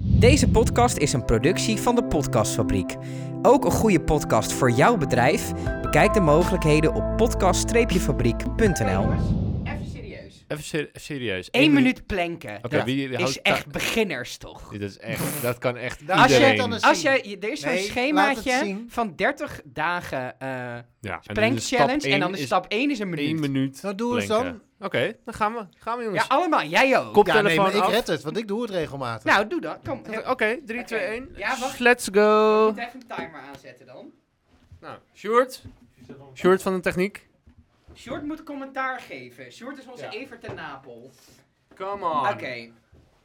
Deze podcast is een productie van de Podcastfabriek. Ook een goede podcast voor jouw bedrijf? Bekijk de mogelijkheden op podcast-fabriek.nl. Even serieus. Even ser- serieus. Eén Eén minuut planken. Oké, Ja. wie Dat houdt is echt beginners toch? Dat is echt. Dat kan echt Nou, iedereen. als je het dan eens- Als je, je- er is zo'n Nee, laat het schemaatje zien. van 30 dagen eh ja, en dan prank is stap challenge. En één dan de is stap 1 is een minuut. één minuut. Nou, doe eens blinken. Oké, dan gaan we. Gaan we Ja, oh, jongens. allemaal. Jij ook. Koptelefoon Ja, nee, maar ik af. red het, want ik doe het regelmatig. Nou, doe dat. Oh. Kom. Ik Oké, 3, 2, 1. Ja, wacht. Let's go. moet even een timer aanzetten dan. Nou, Sjoerd. Sjoerd van de techniek. Short moet commentaar geven. Short is onze Ja. Evert en Napel. Come on. Oké.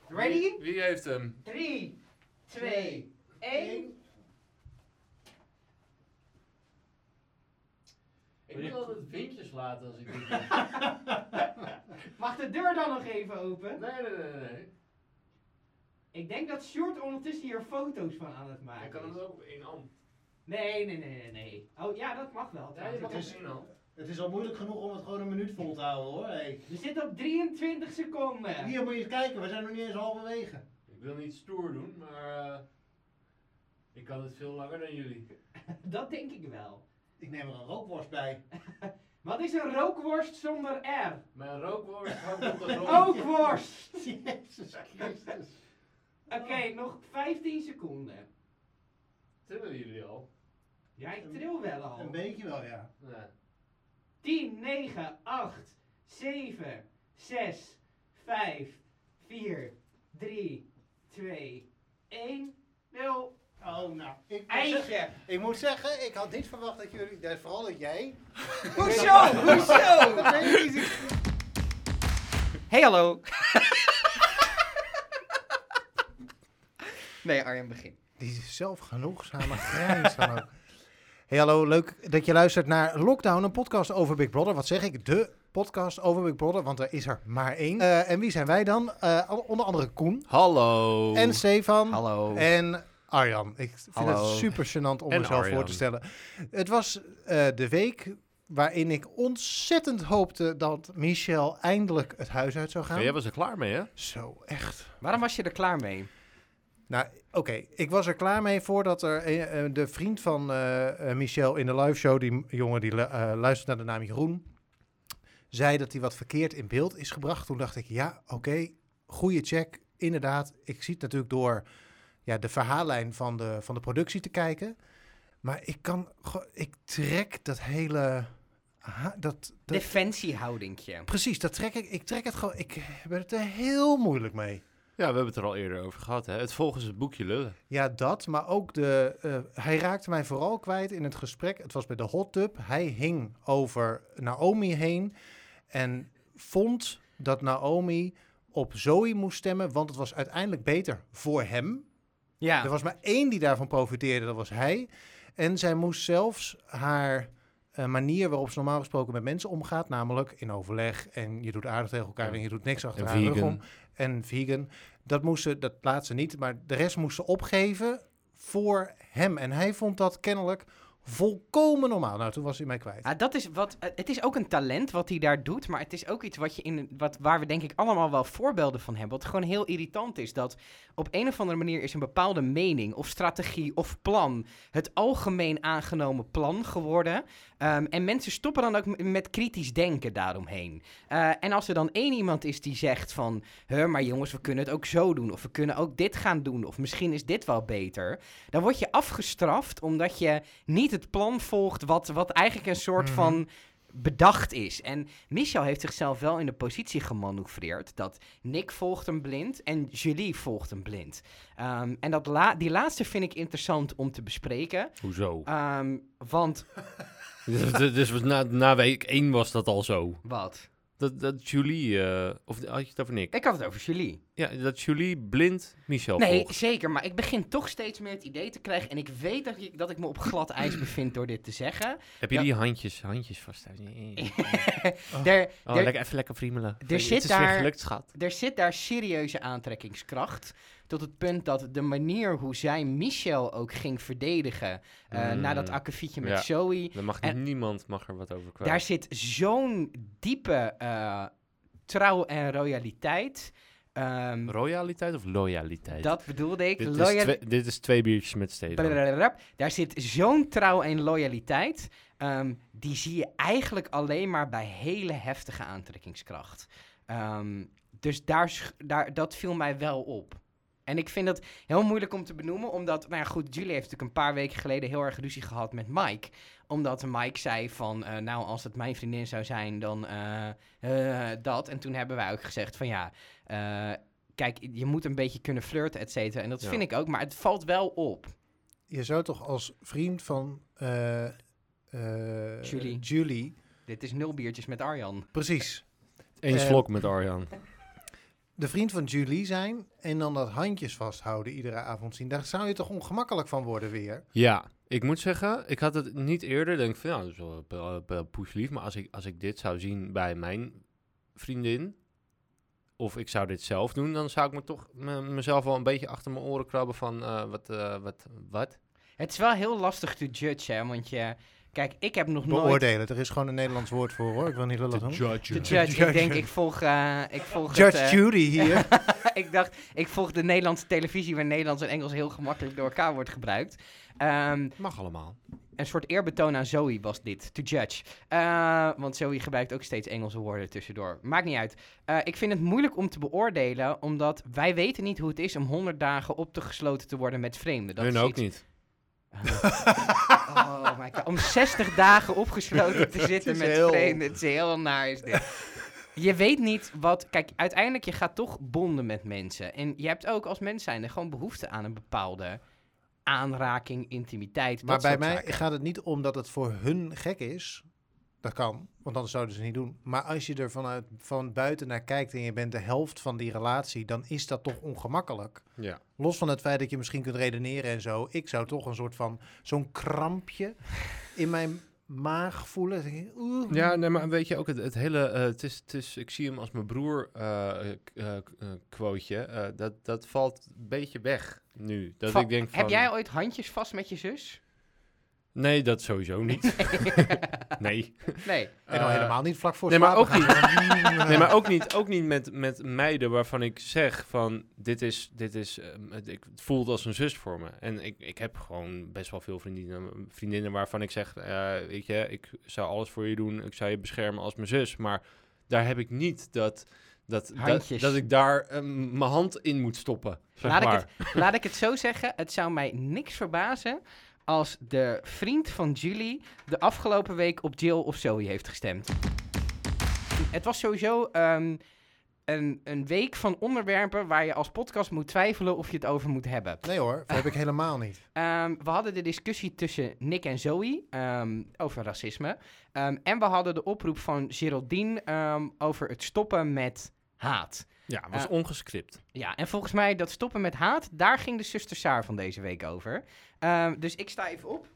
Ready? Wie, wie heeft hem? 3, 2, 1. Ik moet altijd vinkjes laten als ik dit Mag de deur dan nog even open? Nee, nee, nee, nee. Ik denk dat Short ondertussen hier foto's van aan het maken is. ook op één hand. Nee, nee, nee, nee, nee. Oh ja, dat mag wel. trouwens. mag Dat op is- één hand. Het is al moeilijk genoeg om het gewoon een minuut vol te houden hoor. Hey. We zitten op 23 seconden. Hier moet je eens kijken, we zijn nog niet eens halverwege. Ik wil niet stoer doen, maar eh, ik kan het veel langer dan jullie. Dat denk ik wel. Ik neem er een rookworst bij. Wat is een rookworst zonder R? Mijn rookworst hangt op de Oh. grond. Rookworst! Jezus Christus. Oké, nog 15 seconden. Tillen jullie al? Ja, ik tril wel Een al. beetje wel, ja. Nee. 10, 9, 8, 7, 6, 5, 4, 3, 2, 1, 0. Oh, nou. Ik moet, zeggen, Eindje! ik moet zeggen, ik had niet verwacht dat jullie, dat- vooral dat jij... Hoezo? Hoezo? Dat weet ik niet. Hey, hallo. nee, Arjen, begin. Die zelfgenoegzame grijns dan ook. Hey, hallo, leuk dat je luistert naar Lockdown, een podcast over Big Brother. Wat zeg ik? De podcast over Big Brother, want er is er maar één. Eh, en wie zijn wij dan? Eh, onder andere Koen Hallo. en Stefan. Hallo. En Arjan. Ik vind Hallo. het super gênant om En mezelf voor Arjan. te stellen. Het was eh, de week waarin ik ontzettend hoopte dat Michel eindelijk het huis uit zou gaan. Ja, jij was er klaar mee, hè? Zo, echt. Waarom was je er klaar mee? Nou, oké. Ik was er klaar mee voordat er eh, eh, de vriend van eh, eh, Michel in de live show, die m- jongen die lu- eh, luistert naar de naam Jeroen, zei dat hij wat verkeerd in beeld is gebracht. Toen dacht ik, ja, oké, goede check. Inderdaad, ik zie het natuurlijk door ja, de verhaallijn van de, van de productie te kijken. Maar ik kan, ge- ik trek dat hele, ha- dat, dat Defensiehoudingje. precies, dat trek ik, ik trek het gewoon, ik ben het er heel moeilijk mee. Ja, we hebben het er al eerder over gehad, hè? Het volgens het boekje lullen. Ja, dat, maar ook de. eh, hij raakte mij vooral kwijt in het gesprek. Het was bij de hot tub. Hij hing over Naomi heen en vond dat Naomi op Zoe moest stemmen, want het was uiteindelijk beter voor hem. Ja. Er was maar één die daarvan profiteerde, dat was hij. En zij moest zelfs haar eh, manier waarop ze normaal gesproken met mensen omgaat, namelijk in overleg en je doet aardig tegen elkaar en je doet niks achter En haar rug vegan. om en vegan. Dat moest ze, dat laat ze niet, maar de rest moest ze opgeven voor hem. En hij vond dat kennelijk volkomen normaal. Nou, toen was hij mij kwijt. Ah, dat is wat, eh, het is ook een talent wat hij daar doet, maar het is ook iets wat je in, wat, waar we denk ik allemaal wel voorbeelden van hebben. Wat gewoon heel irritant is, dat op een of andere manier is een bepaalde mening of strategie of plan het algemeen aangenomen plan geworden. Ehm, en mensen stoppen dan ook m- met kritisch denken daaromheen. Eh, en als er dan één iemand is die zegt van, "Hè, maar jongens, we kunnen het ook zo doen, of we kunnen ook dit gaan doen, of misschien is dit wel beter, dan word je afgestraft omdat je niet het plan volgt wat, wat eigenlijk een soort Mhm. van bedacht is. En Michel heeft zichzelf wel in de positie gemanoeuvreerd dat Nick volgt een blind en Julie volgt een blind. Ehm, en dat la- die laatste vind ik interessant om te bespreken, Hoezo? Ehm, want dus dus was na, na week 1 was dat al zo. wat? Dat, dat Julie, eh, of had je het over Nick? Ik had het over Julie. Ja, dat Julie blind Michel Nee, volgt. zeker. Maar ik begin toch steeds meer het idee te krijgen. En ik weet dat ik, dat ik me op glad ijs bevind door dit te zeggen. Heb je Ja. die handjes, handjes vast? Er, Oh, er, lekker, even lekker friemelen. er zit het is weer daar- gelukt, schat. er zit daar serieuze aantrekkingskracht. Tot het punt dat de manier hoe zij Michel ook ging verdedigen. eh, Mm. na dat akkefietje met Ja. Zoe. Dan mag En- niemand mag er wat over kwijt. Daar zit zo'n diepe eh, trouw en royaliteit. Ehm, Royaliteit of loyaliteit? dat bedoelde ik. dit, is Loyal- twee, dit is twee biertjes met Stefan. Blablabla. Daar zit zo'n trouw en loyaliteit. ehm, die zie je eigenlijk alleen maar bij hele heftige aantrekkingskracht. Ehm, dus daar, sch- daar, dat viel mij wel op. En ik vind dat heel moeilijk om te benoemen, omdat, nou ja, goed, Julie heeft natuurlijk een paar weken geleden heel erg ruzie gehad met Mike. Omdat Mike zei van, eh, nou, als het mijn vriendin zou zijn, dan eh, eh, dat. En toen hebben wij ook gezegd van, ja, eh, kijk, je moet een beetje kunnen flirten, et cetera. En dat Ja. vind ik ook, maar het valt wel op. Je zou toch als vriend van eh, eh, Julie. Dit is nul biertjes met Arjan. precies, Eén Eh, slok met Arjan. de vriend van Julie zijn en dan dat handjes vasthouden iedere avond zien. Daar zou je toch ongemakkelijk van worden weer? Ja, ik moet zeggen, ik had het niet eerder. Denk van, ja, dat is wel, wel- wel poeslief. Maar als ik, als ik dit zou zien bij mijn vriendin, of ik zou dit zelf doen, dan zou ik me toch me- mezelf wel een beetje achter mijn oren krabben van, eh, wat, eh, wat, wat? Het is wel heel lastig te judgen, hè, want je... Kijk, ik heb nog nooit... Beoordelen. Er is gewoon een Nederlands woord voor hoor. Ik wil niet lullig doen. Te judge. judgen. Ik denk, judgen. ik volg, eh, ik volg Judge het, eh, Judy hier. ik dacht, ik volg de Nederlandse televisie waar Nederlands en Engels heel gemakkelijk door elkaar wordt gebruikt. Ehm, Mag allemaal. een soort eerbetoon aan Zoe was dit, to judge. Eh, want Zoe gebruikt ook steeds Engelse woorden tussendoor. Maakt niet uit. Eh, ik vind het moeilijk om te beoordelen, omdat wij weten niet hoe het is om 100 dagen opgesloten te worden met vreemden. Dat Hun is ook iets- niet. Oh my god. Om 60 dagen opgesloten te zitten is met heel- vreemden. Het is heel naar is dit. Je weet niet wat... Kijk, uiteindelijk, je gaat toch bonden met mensen. En je hebt ook als mens zijnde gewoon behoefte aan een bepaalde aanraking, intimiteit. dat Maar bij soort mij zaken. gaat het niet om dat het voor hun gek is. Dat kan, want anders zouden ze het niet doen. Maar als je er vanuit, van buiten naar kijkt en je bent de helft van die relatie, dan is dat toch ongemakkelijk. Ja. Los van het feit dat je misschien kunt redeneren en zo. Ik zou toch een soort van zo'n krampje in mijn maag voelen. Dan denk ik, oeh. Ja, nee, maar weet je ook, het, het hele, eh, het is, het is, ik zie hem als mijn broer eh eh, k- eh, k- eh, quoteje, eh, dat, dat valt een beetje weg nu. Dat Va- ik denk van, Heb jij ooit handjes vast met je zus? Nee, dat sowieso niet. nee. Nee. En dan Eh, helemaal niet vlak voor nee, maar slapen ook gaan. Nee, maar ook niet, ook niet met, met meiden waarvan ik zeg van dit is, dit is ehm, het, ik, het voelt als een zus voor me. En ik, ik heb gewoon best wel veel vriendinnen, vriendinnen waarvan ik zeg, eh, weet je, ik zou alles voor je doen, ik zou je beschermen als mijn zus. Maar daar heb ik niet dat, dat, dat, Handjes. dat ik daar ehm, mijn hand in moet stoppen. Zeg Laat ik maar. Laat ik het zo zeggen, het zou mij niks verbazen als de vriend van Julie de afgelopen week op Jill of Zoe heeft gestemd. Het was sowieso ehm, een, een week van onderwerpen waar je als podcast moet twijfelen of je het over moet hebben. Nee hoor, dat heb ik helemaal niet. Ehm, we hadden de discussie tussen Nick en Zoe ehm, over racisme. Ehm, en we hadden de oproep van Geraldine ehm, over het stoppen met haat. Ja, was Eh, ongescript. Ja, en volgens mij dat stoppen met haat, daar ging de zuster Saar van deze week over. Ehm, dus ik sta even op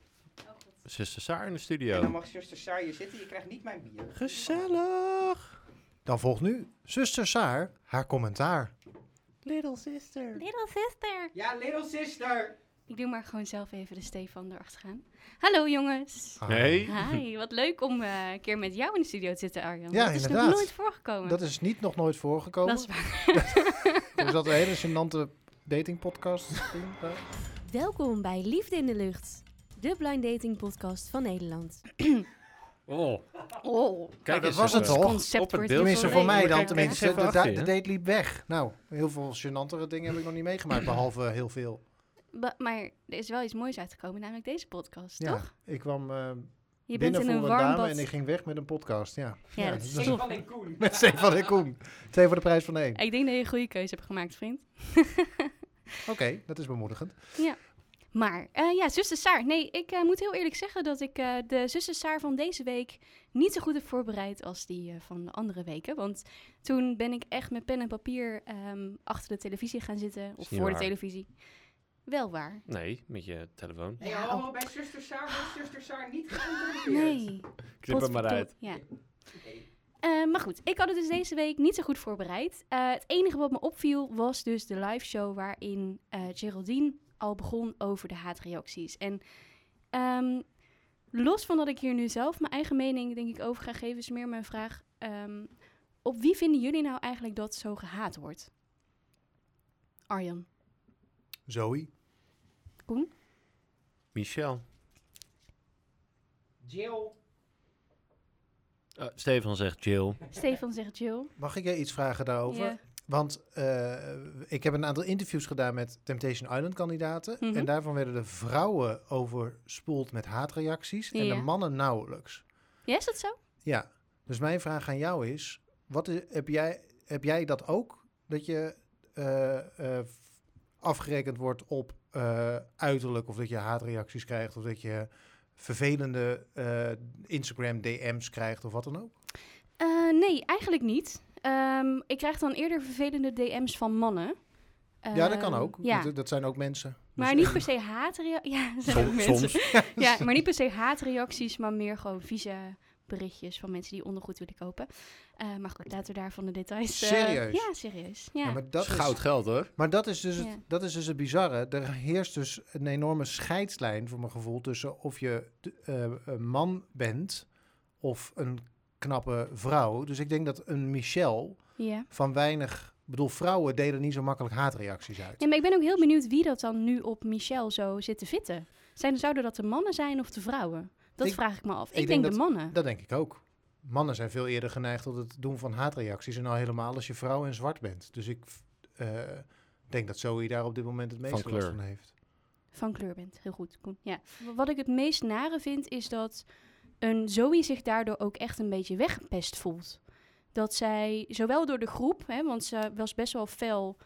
Zuster Saar in de en dan studio. mag zuster Saar hier zitten. Je krijgt niet mijn bier. Gezellig. Dan volgt nu zuster Saar haar commentaar. Little sister. Little sister. Ja, little sister! Ik doe maar gewoon zelf even de Stefan erachter gaan. Hallo jongens. Ah. Nee. Hi, wat leuk om eh, een keer met jou in de studio te zitten, Arjan. Ja, dat is inderdaad. nog nooit voorgekomen. Dat is niet nog nooit voorgekomen. Dat is waar. Is dat een hele gênante datingpodcast? misschien? Ja. Welkom bij Liefde in de Lucht, de blind dating podcast van Nederland. Oh, Oh, kijk, Nou, dat eens was het even. toch? concept op het wordt beeld. hier Tenminste Nee, voor volledig. mij maar dan. kijk, kijk eens Tenminste, even de, da- achter je. de date liep weg. Nou, heel veel gênantere dingen heb ik nog niet meegemaakt, behalve heel veel. Ba- maar er is wel iets moois uitgekomen, namelijk deze podcast, Ja, toch? ik kwam eh, Je bent binnen in voor een een, warm dame bad. en ik ging weg met een podcast. Ja, Ja, dat is dat toch- Van en Koen. met Stefan en Koen. Twee voor de prijs van één. Ik denk dat je een goede keuze hebt gemaakt, vriend. Oké, dat is bemoedigend. Maar eh, ja, zuster Saar. Nee, ik eh, moet heel eerlijk zeggen dat ik eh, de zuster Saar van deze week niet zo goed heb voorbereid als die eh, van de andere weken. Want toen ben ik echt met pen en papier ehm, achter de televisie gaan zitten. Of niet voor waar. de televisie. Wel waar. Nee, met je telefoon. Nee, hallo, bij zuster Saar wordt zuster Saar niet gecontroleerd. Nee. Knip hem maar Potverdorie- uit. Ja. Eh, maar goed, ik had het dus deze week niet zo goed voorbereid. Eh, het enige wat me opviel was dus de live show waarin eh, Geraldine al begon over de haatreacties. En ehm, los van dat ik hier nu zelf mijn eigen mening denk ik over ga geven, is meer mijn vraag. ehm, op wie vinden jullie nou eigenlijk dat zo gehaat wordt? Arjan. Zoe. Michel. Jill. Eh, Stefan zegt Jill. Stefan zegt Jill. Mag ik jij iets vragen daarover? Ja. Want eh, ik heb een aantal interviews gedaan met Temptation Island kandidaten. Mhm. En daarvan werden de vrouwen overspoeld met haatreacties. En de Ja. mannen nauwelijks. Ja, is dat zo? Ja, dus mijn vraag aan jou is: wat i- heb, jij, heb jij dat ook? Dat je eh, eh, f- afgerekend wordt op eh, uiterlijk, of dat je haatreacties krijgt, of dat je vervelende eh, Instagram-DM's krijgt, of wat dan ook? Eh, nee, eigenlijk niet. Ehm, ik krijg dan eerder vervelende DM's van mannen. ja, dat Ehm, kan ook. Ja, Dat, dat zijn ook mensen. maar niet per se haatreacties. Ja, dat zijn ook mensen. Ja, maar niet per se haatreacties, maar meer gewoon vieze berichtjes van mensen die ondergoed willen kopen. Eh, maar goed, laten we daarvan de details. eh, Serieus? Ja, serieus. Ja. Ja, maar dat is goud geld hoor. Maar dat is, dus Ja. het, dat is dus het bizarre. Er heerst dus een enorme scheidslijn, voor mijn gevoel, tussen of je d- eh, een man bent of een knappe vrouw. Dus ik denk dat een Michelle ja. van weinig... Ik bedoel, vrouwen delen niet zo makkelijk haatreacties uit. Ja, maar ik ben ook heel benieuwd wie dat dan nu op Michelle zo zit te vitten. Zijn, zouden dat de mannen zijn of de vrouwen? Dat Ik- vraag ik me af. Ik, denk denk, de mannen. Dat denk ik ook. Mannen zijn veel eerder geneigd tot het doen van haatreacties. En al helemaal als je vrouw en zwart bent. Dus ik eh, denk dat Zoe daar op dit moment het meeste last kleur. van heeft. van kleur bent. Heel goed, Koen. Ja. W- Wat ik het meest nare vind, is dat een Zoe zich daardoor ook echt een beetje weggepest voelt. Dat zij, zowel door de groep, hè, want ze was best wel fel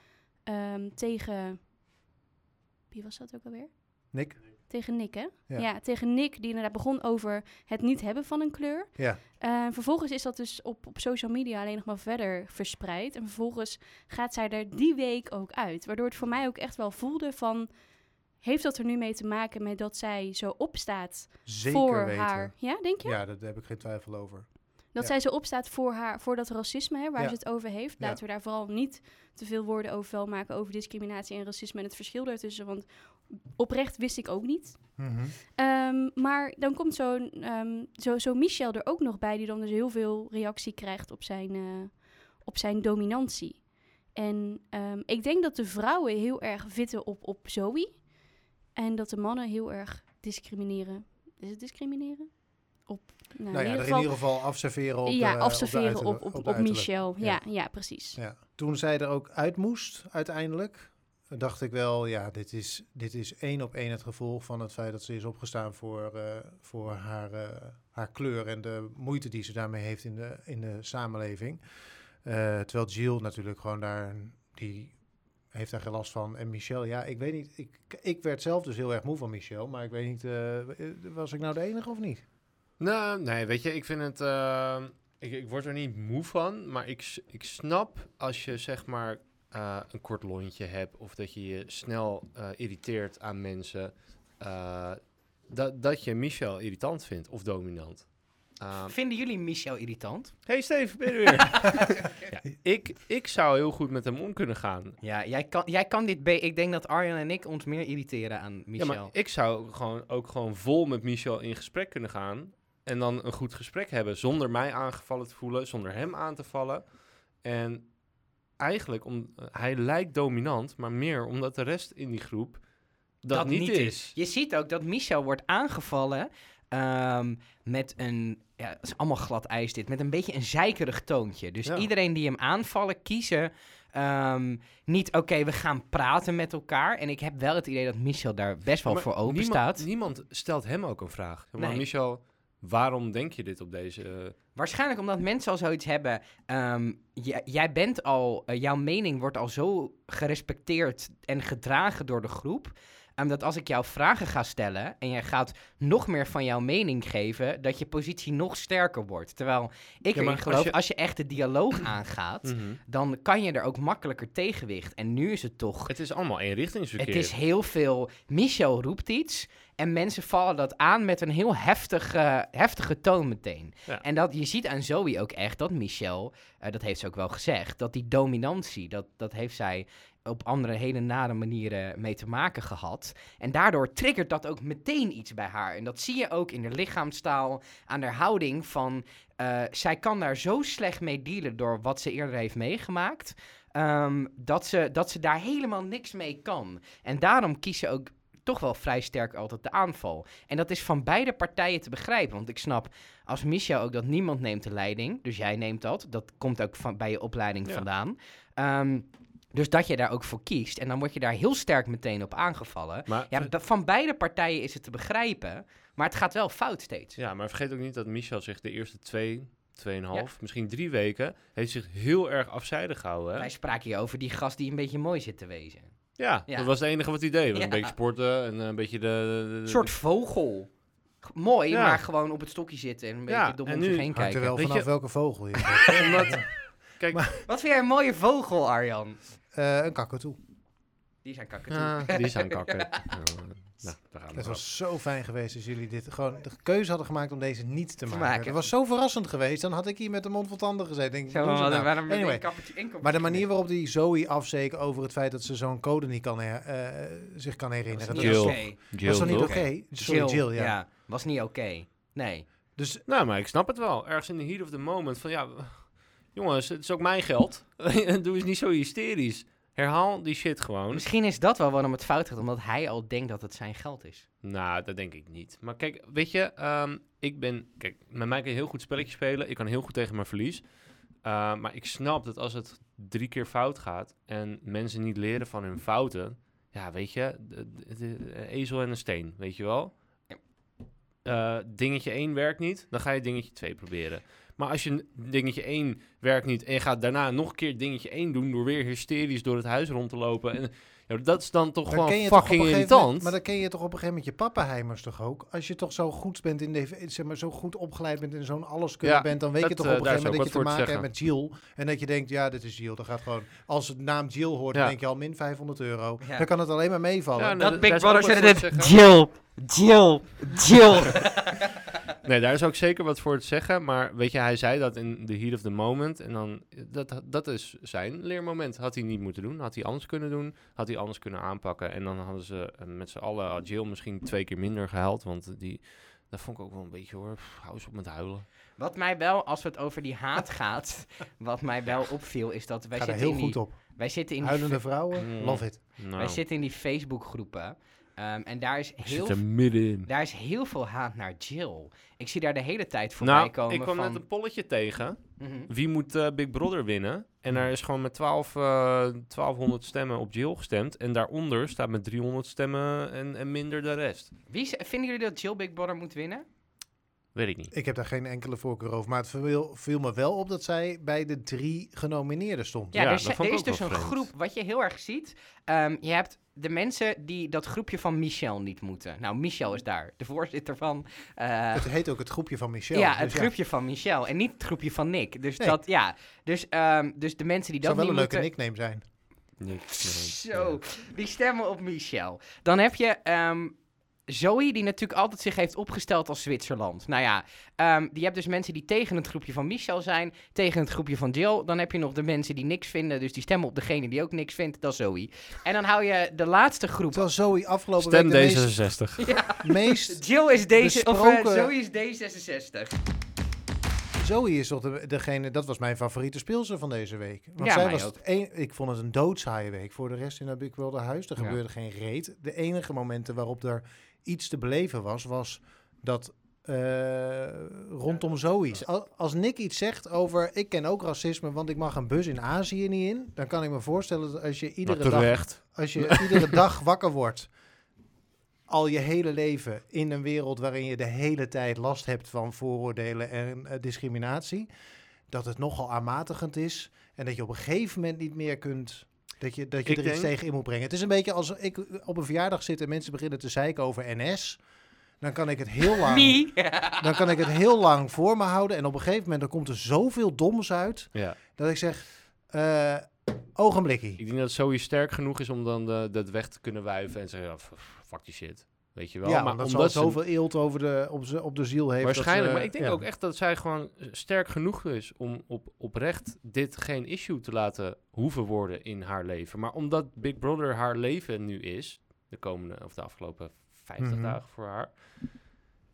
ehm, tegen... Wie was dat ook alweer? Nick? Tegen Nick, hè? Ja. Ja. tegen Nick, die inderdaad begon over het niet hebben van een kleur. Ja. Eh, vervolgens is dat dus op, op social media alleen nog maar verder verspreid. En vervolgens gaat zij er die week ook uit. Waardoor het voor mij ook echt wel voelde van... Heeft dat er nu mee te maken met dat zij zo opstaat Zeker voor weten. haar... Ja, denk je? Ja, daar heb ik geen twijfel over. Dat Ja. zij zo opstaat voor, haar, voor dat racisme hè, waar Ja. ze het over heeft. Ja. Laten we daar vooral niet te veel woorden over vuil maken... over discriminatie en racisme en het verschil daartussen. Want oprecht wist ik ook niet. Mhm. Ehm, maar dan komt zo'n ehm, zo, zo Michel er ook nog bij, die dan dus heel veel reactie krijgt op zijn, eh, op zijn dominantie. En ehm, ik denk dat de vrouwen heel erg vitten op, op Zoe. En dat de mannen heel erg discrimineren. Is het discrimineren? Op, nou, Nou ja, er in ieder geval afserveren op ja, de, afserveren op, de op, uiterlijk- op, op, de uiterlijk. Michel. Ja, Ja. ja, precies. Ja. Toen zij er ook uit moest, uiteindelijk, dacht ik wel, ja, dit is, dit is één op één het gevolg van het feit dat ze is opgestaan voor, eh, voor haar, eh, haar kleur en de moeite die ze daarmee heeft in de, in de samenleving. Eh, terwijl Jill natuurlijk gewoon daar, die heeft daar geen last van. En Michel, ja, ik weet niet, ik, ik werd zelf dus heel erg moe van Michel, maar ik weet niet, eh, was ik nou de enige of niet? Nou, nee, weet je, ik vind het. eh, ik, ik word er niet moe van, maar ik, s- ik snap als je zeg maar eh, een kort lontje hebt of dat je je snel eh, irriteert aan mensen, eh, dat, dat je Michel irritant vindt of dominant. Ehm, Vinden jullie Michel irritant? hey Steve, ben je er weer? ja, ik, ik zou heel goed met hem om kunnen gaan. Ja, jij kan, jij kan dit be- Ik denk dat Arjan en ik ons meer irriteren aan Michel. Ja, maar ik zou gewoon, ook gewoon vol met Michel in gesprek kunnen gaan. En dan een goed gesprek hebben zonder mij aangevallen te voelen, zonder hem aan te vallen. En eigenlijk, om, hij lijkt dominant, maar meer omdat de rest in die groep dat, niet, is. Je ziet ook dat Michel wordt aangevallen ehm, met een... Ja, het is allemaal glad ijs dit. Met een beetje een zeikerig toontje. Dus Ja. iedereen die hem aanvallen, kiezen... ehm, niet, oké, we gaan praten met elkaar. En ik heb wel het idee dat Michel daar best wel Maar voor open niemand, staat. Niemand stelt hem ook een vraag. Maar Nee. Michel, waarom denk je dit op deze... eh, Waarschijnlijk omdat mensen al zoiets hebben. ehm, j- jij bent al, eh, jouw mening wordt al zo gerespecteerd en gedragen door de groep. ehm, dat als ik jou vragen ga stellen en jij gaat nog meer van jouw mening geven, dat je positie nog sterker wordt. Terwijl ik Ja, maar erin als geloof, als je- Hm. je... echt de dialoog eh, aangaat, dan kan je er ook makkelijker tegenwicht. En nu is het toch Het is allemaal eenrichtingsverkeer. het is heel veel. Michel roept iets. En mensen vallen dat aan met een heel heftige, heftige toon meteen. Ja. En dat, je ziet aan Zoe ook echt dat Michel, eh, dat heeft ze ook wel gezegd, dat die dominantie, dat, dat heeft zij op andere hele nare manieren mee te maken gehad. En daardoor triggert dat ook meteen iets bij haar. En dat zie je ook in haar lichaamstaal, aan haar houding van... eh, zij kan daar zo slecht mee dealen door wat ze eerder heeft meegemaakt... ehm, dat, ze, dat ze daar helemaal niks mee kan. En daarom kiezen ook toch wel vrij sterk altijd de aanval. En dat is van beide partijen te begrijpen. Want ik snap, als Michel ook dat niemand neemt de leiding, dus jij neemt dat, dat komt ook van, bij je opleiding Ja. vandaan. Ehm, dus dat je daar ook voor kiest. En dan word je daar heel sterk meteen op aangevallen. Maar, Ja, dat- van beide partijen is het te begrijpen. Maar het gaat wel fout steeds. ja, maar vergeet ook niet dat Michel zich de eerste twee, tweeënhalf, misschien drie weken... heeft zich heel erg afzijdig gehouden. hè? Wij spraken hier over die gast die een beetje mooi zit te wezen. Ja, Ja. dat was het enige wat hij deed. Ja. Een beetje sporten en eh, een beetje de... de- de- Een soort vogel. G- Mooi, Ja. maar gewoon op het stokje zitten en een beetje Ja, dom en om zich nu- heen Hangt kijken. er wel Weet vanaf je- welke vogel je de- hebt. Omdat, kijk, Wat vind jij een mooie vogel, Arjan? Eh, een kakatoe. Die zijn kakker nou, Ah, die is aan kakken. nou, daar gaan we. Het wel. was zo fijn geweest als jullie dit gewoon de keuze hadden gemaakt om deze niet te Te maken. maken. Het was zo verrassend geweest, dan had ik hier met de mond vol tanden gezeten. Denk, ik, wat doen ze nou? Anyway, maar de manier waarop die Zoe afzeek over het feit dat ze zo'n code niet kan her- eh, zich kan herinneren, dat Jill. was, Jill. was toch niet oké? toch? oké? Sorry, Jill, ja. was niet oké. Nee. Dus Nou, maar ik snap het wel. Ergens in de heat of the moment van ja, jongens, het is ook mijn geld. Doe eens niet zo hysterisch. Herhaal die shit gewoon. Misschien is dat wel waarom het fout gaat, omdat hij al denkt dat het zijn geld is. Nou, dat denk ik niet. Maar kijk, weet je, ehm, ik ben. Kijk, met mij kan je heel goed spelletje spelen. Ik kan heel goed tegen mijn verlies. Uh, maar ik snap dat als het drie keer fout gaat en mensen niet leren van hun fouten. Ja, weet je, de- de- de- een eh, ezel en een steen, weet je wel. Ja. Eh, dingetje 1 werkt niet, dan ga je dingetje 2 proberen. Maar als je n- dingetje 1 werkt niet en je gaat daarna nog een keer dingetje 1 doen door weer hysterisch door het huis rond te lopen. En, ja, dat is dan toch Dan ken gewoon je toch op fucking een gegeven irritant. moment- maar dan ken je toch op een gegeven moment je pappenheimers toch ook? Als je toch zo goed bent in de, zeg maar, zo goed opgeleid bent en zo'n alleskunde Ja, bent, dan weet je dat, toch eh, op een daar gegeven is moment dat ook je te wat maken voor hebt te met Jill. En dat je denkt, ja, dit is Jill. Dan gaat gewoon, als het naam Jill hoort, Ja. dan denk je al min 500 euro. Ja. Dan kan het alleen maar meevallen. Ja, nou, Dat daar Big is Brother ook wat zit voor erin. te Jill, Jill, Jill. Nee, daar is ook zeker wat voor te zeggen. Maar weet je, hij zei dat in the heat of the moment. En dan, dat, dat is zijn leermoment. Had hij niet moeten doen. Had hij anders kunnen doen. Had hij anders kunnen aanpakken. En dan hadden ze eh, met z'n allen had Jill misschien twee keer minder gehuild. Want die, dat vond ik ook wel een beetje hoor. Pff, hou eens op met huilen. Wat mij wel, als het over die haat gaat, wat mij wel opviel, is dat wij Ga daar zitten heel in die... goed op. Wij zitten in die Huilende vrouwen, Mm. love it. Nou, Wij zitten in die Facebookgroepen. ehm, en daar is, ik heel, zit er middenin. daar is heel veel haat naar Jill. Ik zie daar de hele tijd voorbij Nou, komen ik kwam van... net een polletje tegen. Mhm. Wie moet eh, Big Brother winnen? En Hmm. daar is gewoon met 12, eh, 1200 stemmen op Jill gestemd. En daaronder staat met 300 stemmen en, en minder de rest. Wie z- vinden jullie dat Jill Big Brother moet winnen? Weet ik niet. Ik heb daar geen enkele voorkeur over. Maar het viel, viel me wel op dat zij bij de drie genomineerden stond. Ja, Ja, er, dat is- vond er ik is ook dus wel een vreemd. groep, wat je heel erg ziet. ehm, je hebt de mensen die dat groepje van Michel niet moeten. Nou, Michel is daar, de voorzitter van. eh, Het heet ook het groepje van Michel. ja, het dus groepje van Michel en niet het groepje van Nick. Dus, Nee. dat, ja. dus, ehm, dus de mensen die zou dat wel niet een leuke moeten... nickname zijn. Niks. nee, Zo, die stemmen op Michel. Dan heb je ehm, Zoe, die natuurlijk altijd zich heeft opgesteld als Zwitserland. Nou ja, ehm, je hebt dus mensen die tegen het groepje van Michel zijn, tegen het groepje van Jill. Dan heb je nog de mensen die niks vinden, dus die stemmen op degene die ook niks vindt, dat is Zoe. En dan hou je de laatste groep. Terwijl Zoe afgelopen Stem week de D66. meest- meest Jill is deze, of eh, Besproken. Zoe is D66. Zoe is toch de- degene, dat was mijn favoriete speelster van deze week. Want Ja, zij mij was ook. het een- ik vond het een doodzaaie week. Voor de rest in dat Big Brother huis, er Ja. gebeurde geen reet. De enige momenten waarop er iets te beleven was, was dat eh, rondom Zoe. Al- Als Nick iets zegt over, ik ken ook racisme, want ik mag een bus in Azië niet in. Dan kan ik me voorstellen dat als je iedere dag terecht. als je iedere dag wakker wordt, al je hele leven in een wereld waarin je de hele tijd last hebt van vooroordelen en eh, discriminatie, dat het nogal aanmatigend is en dat je op een gegeven moment niet meer kunt. Dat je, dat je Ik er iets denk- tegen in moet brengen. Het is een beetje als ik op een verjaardag zit en mensen beginnen te zeiken over NS. Dan kan ik het heel lang, Wie? dan kan ik het heel lang voor me houden. En op een gegeven moment dan komt er zoveel doms uit Ja. dat ik zeg, eh ogenblikkie. Ik denk dat Zoe sterk genoeg is om dan eh, dat weg te kunnen wuiven en zeggen, ja, f- f- fuck die shit. Weet je wel? ja, maar omdat, ze al zoveel eelt over de, op, ze, op de ziel heeft. dat waarschijnlijk, ze- maar ik denk ja. ook echt dat zij gewoon sterk genoeg is om op, oprecht dit geen issue te laten hoeven worden in haar leven. Maar omdat Big Brother haar leven nu is, de komende of de afgelopen 50 Mhm. dagen voor haar.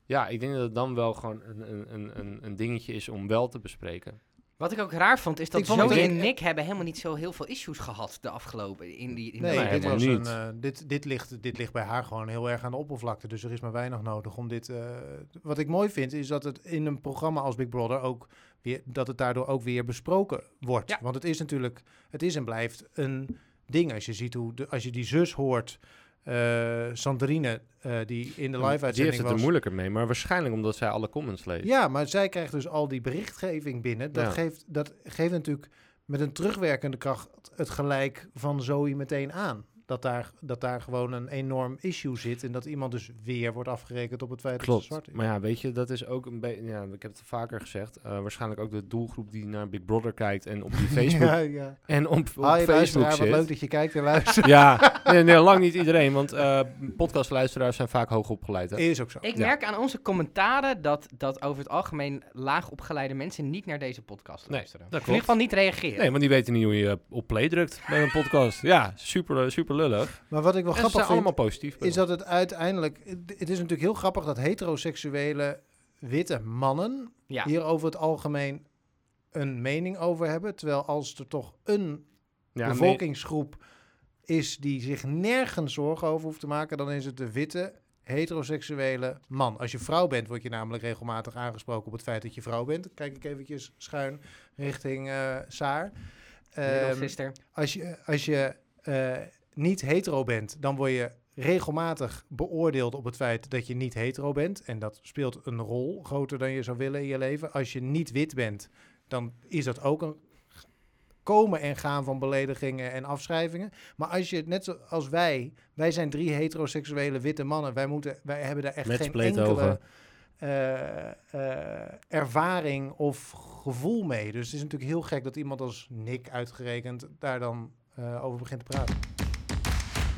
Ja, ik denk dat het dan wel gewoon een, een, een, een dingetje is om wel te bespreken. Wat ik ook raar vond, is dat Ik vond het Zoe ook- en Nick hebben helemaal niet zo heel veel issues gehad de afgelopen... In die, in Nee, die- Nee, dit, helemaal was een, niet. eh, dit, dit, ligt, dit ligt bij haar gewoon heel erg aan de oppervlakte. Dus er is maar weinig nodig om dit. eh, wat ik mooi vind, is dat het in een programma als Big Brother ook weer. dat het daardoor ook weer besproken wordt. Ja. Want het is natuurlijk. het is en blijft een ding. Als je ziet hoe. De, als je die zus hoort. eh, Sandrine, eh, die in de Die live heeft uitzending het er was. moeilijker mee, maar waarschijnlijk omdat zij alle comments leest. Ja, maar zij krijgt dus al die berichtgeving binnen. Dat, Ja. geeft, dat geeft natuurlijk met een terugwerkende kracht het gelijk van Zoe meteen aan. Dat daar, dat daar gewoon een enorm issue zit en dat iemand dus weer wordt afgerekend op het feit dat Klopt. ze zwart is. Maar ja, weet je, dat is ook een beetje. Ja, ik heb het vaker gezegd. eh, waarschijnlijk ook de doelgroep die naar Big Brother kijkt en op die Facebook. Ja, ja. En op, op Hi, Facebook luisteraar, zit. wat leuk dat je kijkt en luistert. Ja, nee, nee, lang niet iedereen, want eh, podcastluisteraars zijn vaak hoog opgeleid. Hè? is ook zo. Ik Ja. merk aan onze commentaren dat, dat over het algemeen laagopgeleide mensen niet naar deze podcast Nee, luisteren. dat In ieder klopt. geval niet reageren. Nee, want die weten niet hoe je eh, op play drukt bij een podcast. Ja, super, eh, super lullig. Maar wat ik wel En ze zijn grappig vind, allemaal positief. bij is dat het uiteindelijk... Het is natuurlijk heel grappig dat heteroseksuele witte mannen Ja. hier over het algemeen een mening over hebben. Terwijl als er toch een ons. ja, nee, bevolkingsgroep is die zich nergens zorgen over hoeft te maken, dan is het de witte heteroseksuele man. Als je vrouw bent, word je namelijk regelmatig aangesproken op het feit dat je vrouw bent. Kijk ik eventjes schuin richting eh, Saar. Little Ehm, sister. als je, als je eh, niet hetero bent, dan word je regelmatig beoordeeld op het feit dat je niet hetero bent. En dat speelt een rol groter dan je zou willen in je leven. Als je niet wit bent, dan is dat ook een komen en gaan van beledigingen en afschrijvingen. Maar als je, net zoals wij, wij zijn drie heteroseksuele witte mannen. Wij, moeten, wij hebben daar echt geen Metsplate enkele over. eh, eh, ervaring of gevoel mee. Dus het is natuurlijk heel gek dat iemand als Nick uitgerekend daar dan eh, over begint te praten.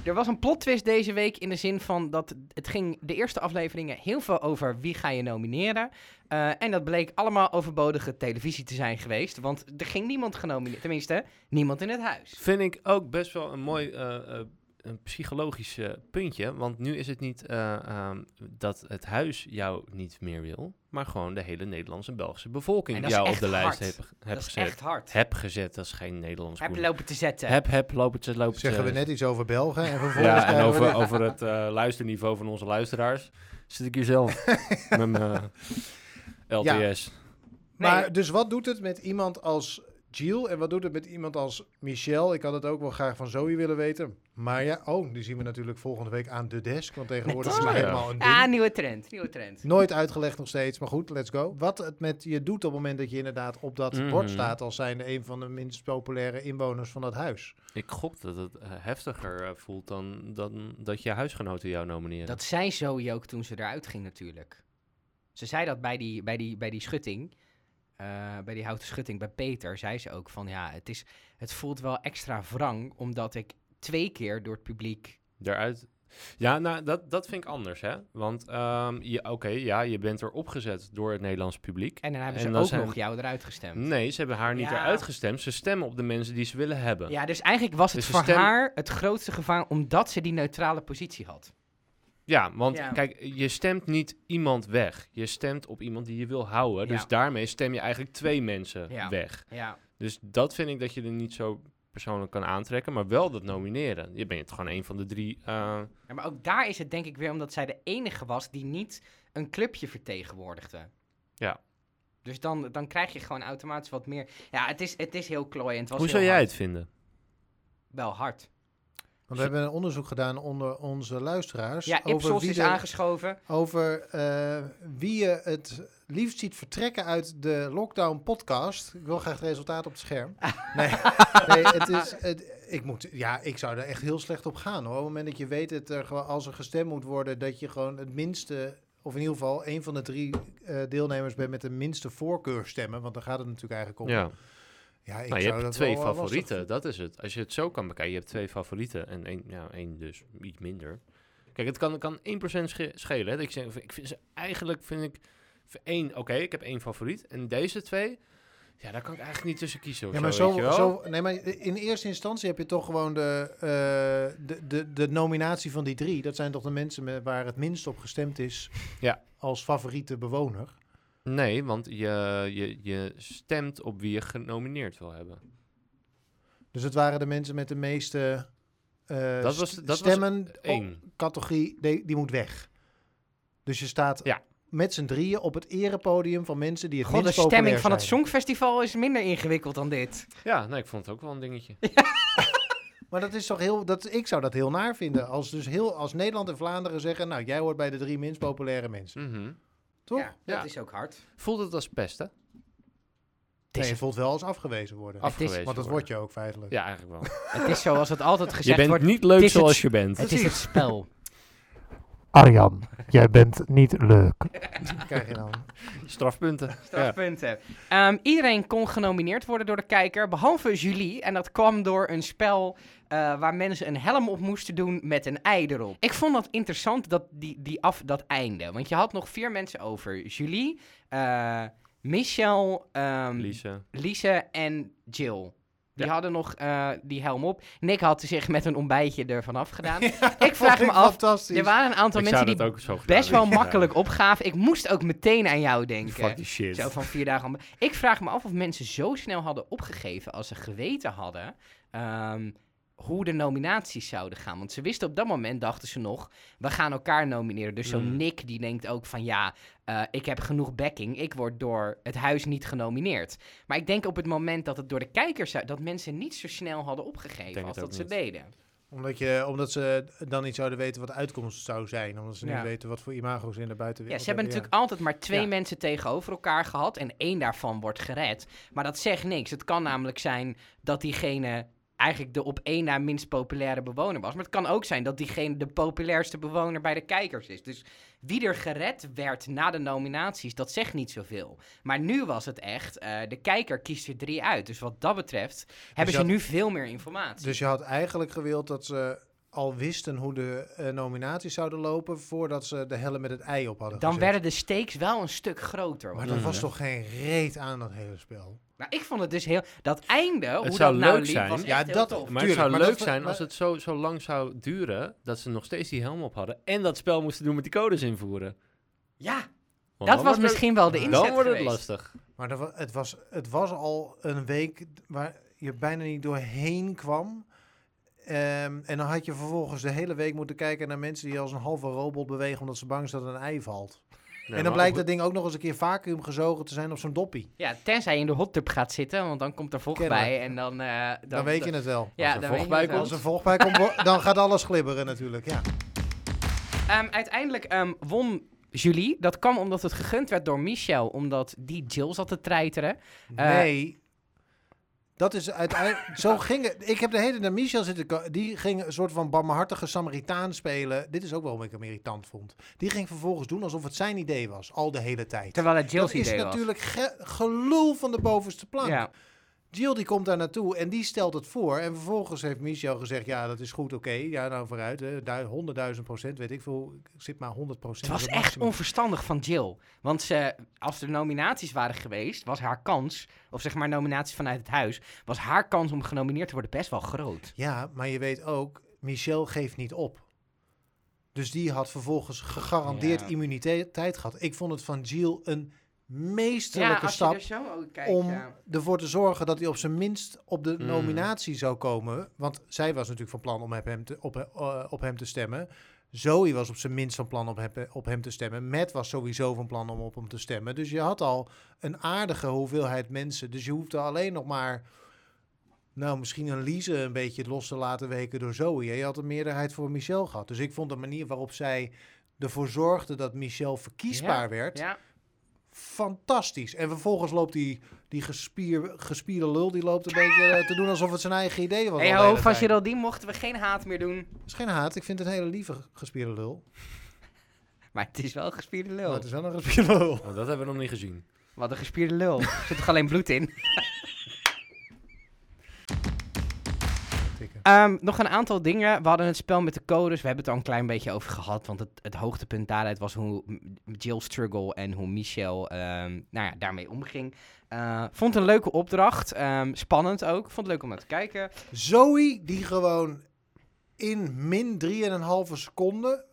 Er was een plot twist deze week in de zin van dat het ging de eerste afleveringen heel veel over wie ga je nomineren. Eh, en dat bleek allemaal overbodige televisie te zijn geweest, want er ging niemand genomineerd. Tenminste, niemand in het huis. Vind ik ook best wel een mooi eh, eh, een psychologisch eh, puntje. Want nu is het niet eh, ehm, dat het huis jou niet meer wil. Maar gewoon de hele Nederlandse en Belgische En bevolking dat is jou op echt de lijst hard. heeft heb dat is gezet. echt hard. Heb gezet, dat is geen Nederlands Heb woord. lopen te zetten. Heb, heb, lopen ze, lopen Zeggen we ze. net iets over Belgen en vervolgens Ja, en krijgen we over, dit. over het eh, luisterniveau van onze luisteraars zit ik hier zelf met mijn eh, LTS. Nee. Maar dus wat doet het met iemand als Jill en wat doet het met iemand als Michelle? Ik had het ook wel graag van Zoe willen weten. Maar ja, oh, die zien we natuurlijk volgende week aan de desk, want tegenwoordig is het Oh, ja. helemaal een ding. Ah, nieuwe trend, nieuwe trend. Nooit uitgelegd nog steeds, maar goed, let's go. Wat het met je doet op het moment dat je inderdaad op dat Mhm. bord staat als zijnde een van de minst populaire inwoners van dat huis. Ik gok dat het eh, heftiger eh, voelt dan, dan dat je huisgenoten jou nomineren. Dat zei Zoe ook toen ze eruit ging natuurlijk. Ze zei dat bij die, bij die, bij die schutting, eh, bij die houten schutting, bij Peter, zei ze ook van ja, het, is, het voelt wel extra wrang, omdat ik twee keer door het publiek... Daaruit. Ja, nou, dat, dat vind ik anders, hè. Want, ehm, je- oké, ja, je bent erop gezet door het Nederlands publiek. En dan hebben En ze dan ook zijn- nog jou eruit gestemd. Nee, ze hebben haar niet Ja. eruit gestemd. Ze stemmen op de mensen die ze willen hebben. Ja, dus eigenlijk was het Dus de voor stem- haar het grootste gevaar omdat ze die neutrale positie had. Ja, want Ja. kijk, je stemt niet iemand weg. Je stemt op iemand die je wil houden. Ja. Dus daarmee stem je eigenlijk twee mensen Ja. weg. Ja. Dus dat vind ik dat je er niet zo persoonlijk kan aantrekken, maar wel dat nomineren. Je bent gewoon een van de drie. eh, Maar ook daar is het denk ik weer omdat zij de enige was die niet een clubje vertegenwoordigde. Ja. Dus dan, dan krijg je gewoon automatisch wat meer. Ja, het is, het is heel klooiend. hoe zou jij het vinden? Wel hard. Want we hebben een onderzoek gedaan onder onze luisteraars Ja, over Ipsos wie, is er- aangeschoven. over, eh, wie je het liefst ziet vertrekken uit de lockdown podcast. Ik wil graag het resultaat op het scherm. Nee, nee het is, het- ik moet, ja, ik zou er echt heel slecht op gaan hoor. Op het moment dat je weet dat er gewoon, als er gestemd moet worden, dat je gewoon het minste, of in ieder geval een van de drie eh, deelnemers bent met de minste voorkeur stemmen. Want daar gaat het natuurlijk eigenlijk om. Ja. Ja, ik Nou, je zou hebt dat twee wel, eh, lastig favorieten, dat is het. Als je het zo kan bekijken, je hebt twee favorieten en één, ja, één dus iets minder. Kijk, het kan, kan 1% sche- schelen. Hè? Dat ik, zeg, ik vind ze, eigenlijk vind ik v- één, oké, ik heb één favoriet. En deze twee, ja, daar kan ik eigenlijk niet tussen kiezen. Of Ja, maar zo, weet je zo, wel? zo, nee, maar in eerste instantie heb je toch gewoon de, eh, de, de, de nominatie van die drie. Dat zijn toch de mensen met, waar het minst op gestemd is Ja. als favoriete bewoner. Nee, want je, je, je stemt op wie je genomineerd wil hebben. Dus het waren de mensen met de meeste eh, Dat was- st- dat was stemmen op Eén. categorie, die, die moet weg. Dus je staat Ja. met z'n drieën op het erepodium van mensen die het God, de minst populair stemming van het zijn. Songfestival is minder ingewikkeld dan dit. Ja, nee, ik vond het ook wel een dingetje. Maar dat is toch heel, dat, ik zou dat heel naar vinden. Als, dus heel, als Nederland en Vlaanderen zeggen, nou jij hoort bij de drie minst populaire mensen. Mhm. Toch? Ja, dat Ja. is ook hard. Voelt het als pesten? Nee, je voelt wel als afgewezen worden. is- Afgewezen Want dat worden. word je ook feitelijk. Ja, eigenlijk wel. Het is zoals het altijd je gezegd bent wordt. niet het leuk is het- zoals je bent. Het is het spel. Arjan, jij bent niet leuk. Krijg je dan. Strafpunten. Ja. Strafpunten. Ehm, iedereen kon genomineerd worden door de kijker, behalve Julie. En dat kwam door een spel eh, waar mensen een helm op moesten doen met een ei erop. Ik vond dat interessant, dat, die, die af, dat einde. Want je had nog vier mensen over. Julie, eh, Michel, ehm, Lise. Lise en Jill. Die Ja. hadden nog eh, die helm op. Nick had zich met een ontbijtje ervan afgedaan. ik Vond vraag me af, Fantastisch. er waren een aantal Ik mensen zou dat die ook zo gedaan best wel hebben. makkelijk opgaven. Ik moest ook meteen aan jou Ja. denken. Fuck die shit. Zo van vier dagen. om- Ik vraag me af of mensen zo snel hadden opgegeven als ze geweten hadden ehm, hoe de nominaties zouden gaan. Want ze wisten op dat moment, dachten ze nog, we gaan elkaar nomineren. Dus zo'n Mm. Nick die denkt ook van ja, eh, ik heb genoeg backing. Ik word door het huis niet genomineerd. Maar ik denk op het moment dat het door de kijkers zou, dat mensen niet zo snel hadden opgegeven denk als het dat ook ze niet. deden. Omdat, je, omdat ze dan niet zouden weten wat de uitkomst zou zijn. Omdat ze Ja. niet weten wat voor imago ze in de buitenwereld Ja, ze hebben natuurlijk altijd maar twee Ja. mensen tegenover elkaar gehad en één daarvan wordt gered. Maar dat zegt niks. Het kan namelijk zijn dat diegene eigenlijk de op één na minst populaire bewoner was. Maar het kan ook zijn dat diegene de populairste bewoner bij de kijkers is. Dus wie er gered werd na de nominaties, dat zegt niet zoveel. Maar nu was het echt, eh, de kijker kiest er drie uit. Dus wat dat betreft hebben ze had- nu veel meer informatie. Dus je had eigenlijk gewild dat ze al wisten hoe de eh, nominaties zouden lopen... voordat ze de helle met het ei op hadden Dan Mm. gezet. werden de stakes wel een stuk groter. oh, Maar hoor. er Mhm. was toch geen reet aan dat hele spel? Nou, ik vond het dus heel... Dat einde, hoe zou dat nou leuk liep, zijn. was echt Ja, heel dat- tof. Maar het Tuurlijk, zou maar leuk dat- zijn maar- als het zo, zo lang zou duren dat ze nog steeds die helm op hadden en dat spel moesten doen met die codes invoeren. Ja, Want dat dan was wordt het- misschien wel de inzet Dan wordt het geweest. lastig. Maar er wa- het, was, het was al een week waar je bijna niet doorheen kwam. Ehm, en dan had je vervolgens de hele week moeten kijken naar mensen die als een halve robot bewegen... omdat ze bang zijn dat een ei valt. en dan blijkt dat ding ook nog eens een keer vacuüm gezogen te zijn op zo'n doppie. Ja, tenzij je in de hot tub gaat zitten, want dan komt er vocht Kennelijk. bij en dan... eh, Dan, weet je het wel. Ja, Als er dan vocht weet je bij het wel. Als er volgpij komt, wo- dan gaat alles glibberen natuurlijk. Ja. Ehm, uiteindelijk ehm, won Julie. Dat kwam omdat het gegund werd door Michel, omdat die Jill zat te treiteren. Eh, Nee. Dat is uiteindelijk... Zo ging het. Ik heb de hele tijd naar Michel zitten... ko- Die ging een soort van barmhartige Samaritaan spelen. Dit is ook waarom ik hem irritant vond. Die ging vervolgens doen alsof het zijn idee was. Al de hele tijd. Terwijl het Jill's dat is idee was. natuurlijk ge- gelul van de bovenste plank. Ja. Jill die komt daar naartoe en die stelt het voor. En vervolgens heeft Michel gezegd, ja, dat is goed, oké. Ja, nou vooruit, eh, du- 100.000 procent, weet ik veel. Ik zit maar 100 Het procent. was echt onverstandig van Jill. Want ze, als er nominaties waren geweest, was haar kans, of zeg maar nominaties vanuit het huis, was haar kans om genomineerd te worden best wel groot. Ja, maar je weet ook, Michel geeft niet op. Dus die had vervolgens gegarandeerd Ja. immuniteit gehad. Ik vond het van Jill een Ja, meesterlijke als je stap er zo ook kijkt, om ja. ervoor te zorgen dat hij op zijn minst op de Mm. nominatie zou komen. Want zij was natuurlijk van plan om op hem te, op, eh, op hem te stemmen. Zoe was op zijn minst van plan op hem, op hem te stemmen. Matt was sowieso van plan om op hem te stemmen. Dus je had al een aardige hoeveelheid mensen. Dus je hoefde alleen nog maar... Nou, misschien een Lise een beetje los te laten weken door Zoe. Je had een meerderheid voor Michel gehad. Dus ik vond de manier waarop zij ervoor zorgde dat Michel verkiesbaar werd Ja. fantastisch. En vervolgens loopt die, die gespier, gespierde lul, die loopt een beetje eh, te doen alsof het zijn eigen idee was. Hey al de Oh, hele ho, van tijd. Geraldine mochten we geen haat meer doen. Het is geen haat, ik vind het een hele lieve gespierde lul. Maar het is wel een gespierde lul. Maar het is wel een gespierde lul. Want Oh, dat hebben we nog niet gezien. Wat een gespierde lul. er zit toch alleen bloed in? Tikken. Ehm, nog een aantal dingen. We hadden het spel met de codes. We hebben het al een klein beetje over gehad. Want het, het hoogtepunt daaruit was hoe M- Jill struggle en hoe Michel ehm, nou ja, daarmee omging. Eh, vond een leuke opdracht. Ehm, spannend ook. Vond het leuk om naar te kijken. Zoe, die gewoon in min 3,5 seconden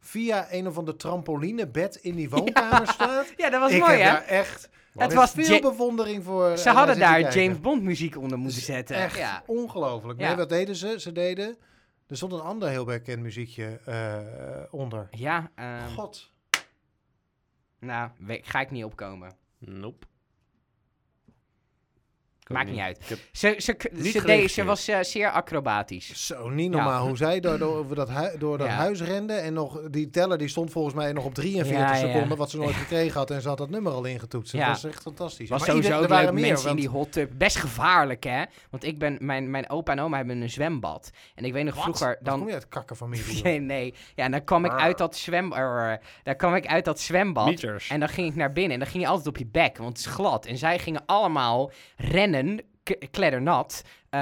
via een of ander trampolinebed in die woonkamer staat. Ja, dat was ik mooi, heb hè? daar echt Het met was veel Ja- bewondering voor. eh, Ze hadden daar James Bond muziek onder moeten zetten. Echt eh, Ja. ongelooflijk. Ja. Nee, wat deden ze? Ze deden. Er stond een ander heel bekend muziekje eh, eh, onder. Ja, ehm, God. nou, we- ga ik niet opkomen. Nope. Maakt niet uit. Ik heb- Ze, ze, k- Niet ze, gericht deed, ze hier. was eh, zeer acrobatisch. Zo, niet normaal hoe zij door, door, over dat, hui- door dat Ja. huis renden. En nog, die teller die stond volgens mij nog op 43 Ja, ja. seconden, wat ze nooit gekregen had. En ze had dat nummer al ingetoetst. Ja. Dat was echt fantastisch. was Maar sowieso ook ieder- er leuk, waren meer, mensen want- in die hot tub. Best gevaarlijk, hè? Want ik ben, mijn, mijn opa en oma hebben een zwembad. En ik weet nog vroeger, Dan dan... kom je uit kakkerfamilie. joh. Nee, nee. Ja, en dan kwam ik Ah. uit dat zwembad. Daar kwam ik uit dat zwembad. Meters. En dan ging ik naar binnen en dan ging je altijd op je bek, want het is glad. En zij gingen allemaal rennen, k- kleddernat, eh,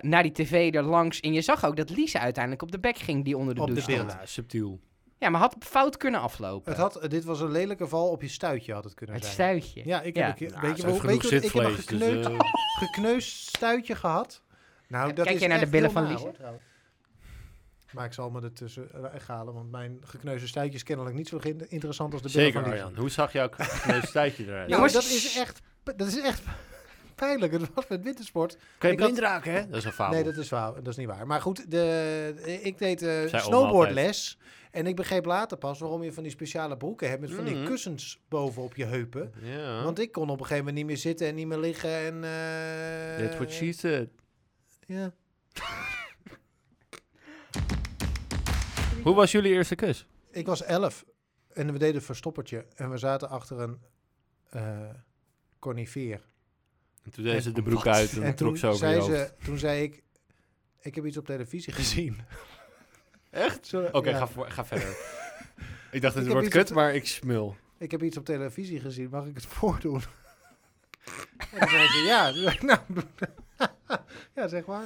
naar die tv er langs. En je zag ook dat Lisa uiteindelijk op de bek ging, die onder de Op de douche beeld. stond. Ja, subtiel. Ja, maar had fout kunnen aflopen. Het had, dit was een lelijke val op je stuitje had het kunnen het zijn. stuitje. Ja, ik Ja. heb een keer- Nou, weet ze je heeft wel, weet je genoeg wat, ik heb een zitvlees, dus, gekneut, eh, gekneusd stuitje gehad. Nou, Ja, dat kijk is je naar de echt billen heel van naar, Lies? hoor, trouwens. Maar ik zal me er tussen weghalen, want mijn gekneusde stuitje is kennelijk niet zo gin- interessant als de billen Zeker, van Lies. Arjan. Hoe zag jouw kneusstuitje eruit? Ja. Nou, Jongens, dat shh. is echt, dat is echt pijnlijk. Het was met wintersport. Kan je Ik had- blind raken, hè? Dat is een faal. Nee, dat is, waar, dat is niet waar. Maar goed, de, ik deed eh, oma snowboardles. En ik begreep later pas waarom je van die speciale broeken hebt met van die Mhm. kussens boven op je heupen. Ja. Want ik kon op een gegeven moment niet meer zitten en niet meer liggen en... eh, That's what she said. Ja. Hoe was jullie eerste kus? Ik was elf en we deden een verstoppertje en we zaten achter een eh corniveer. En toen deed En- ze de broek uit en, en trok toen ze over je zei, hoofd. ze, toen zei ik, ik heb iets op televisie gezien. Echt? Zullen- Oké, ja. ga, voor- ga verder. ik dacht, dit heb wordt iets op kut, maar ik smul. Ik heb iets op televisie gezien, mag ik het voordoen? en toen zei ze, ja. Toen zei ik, nou, ja, zeg maar.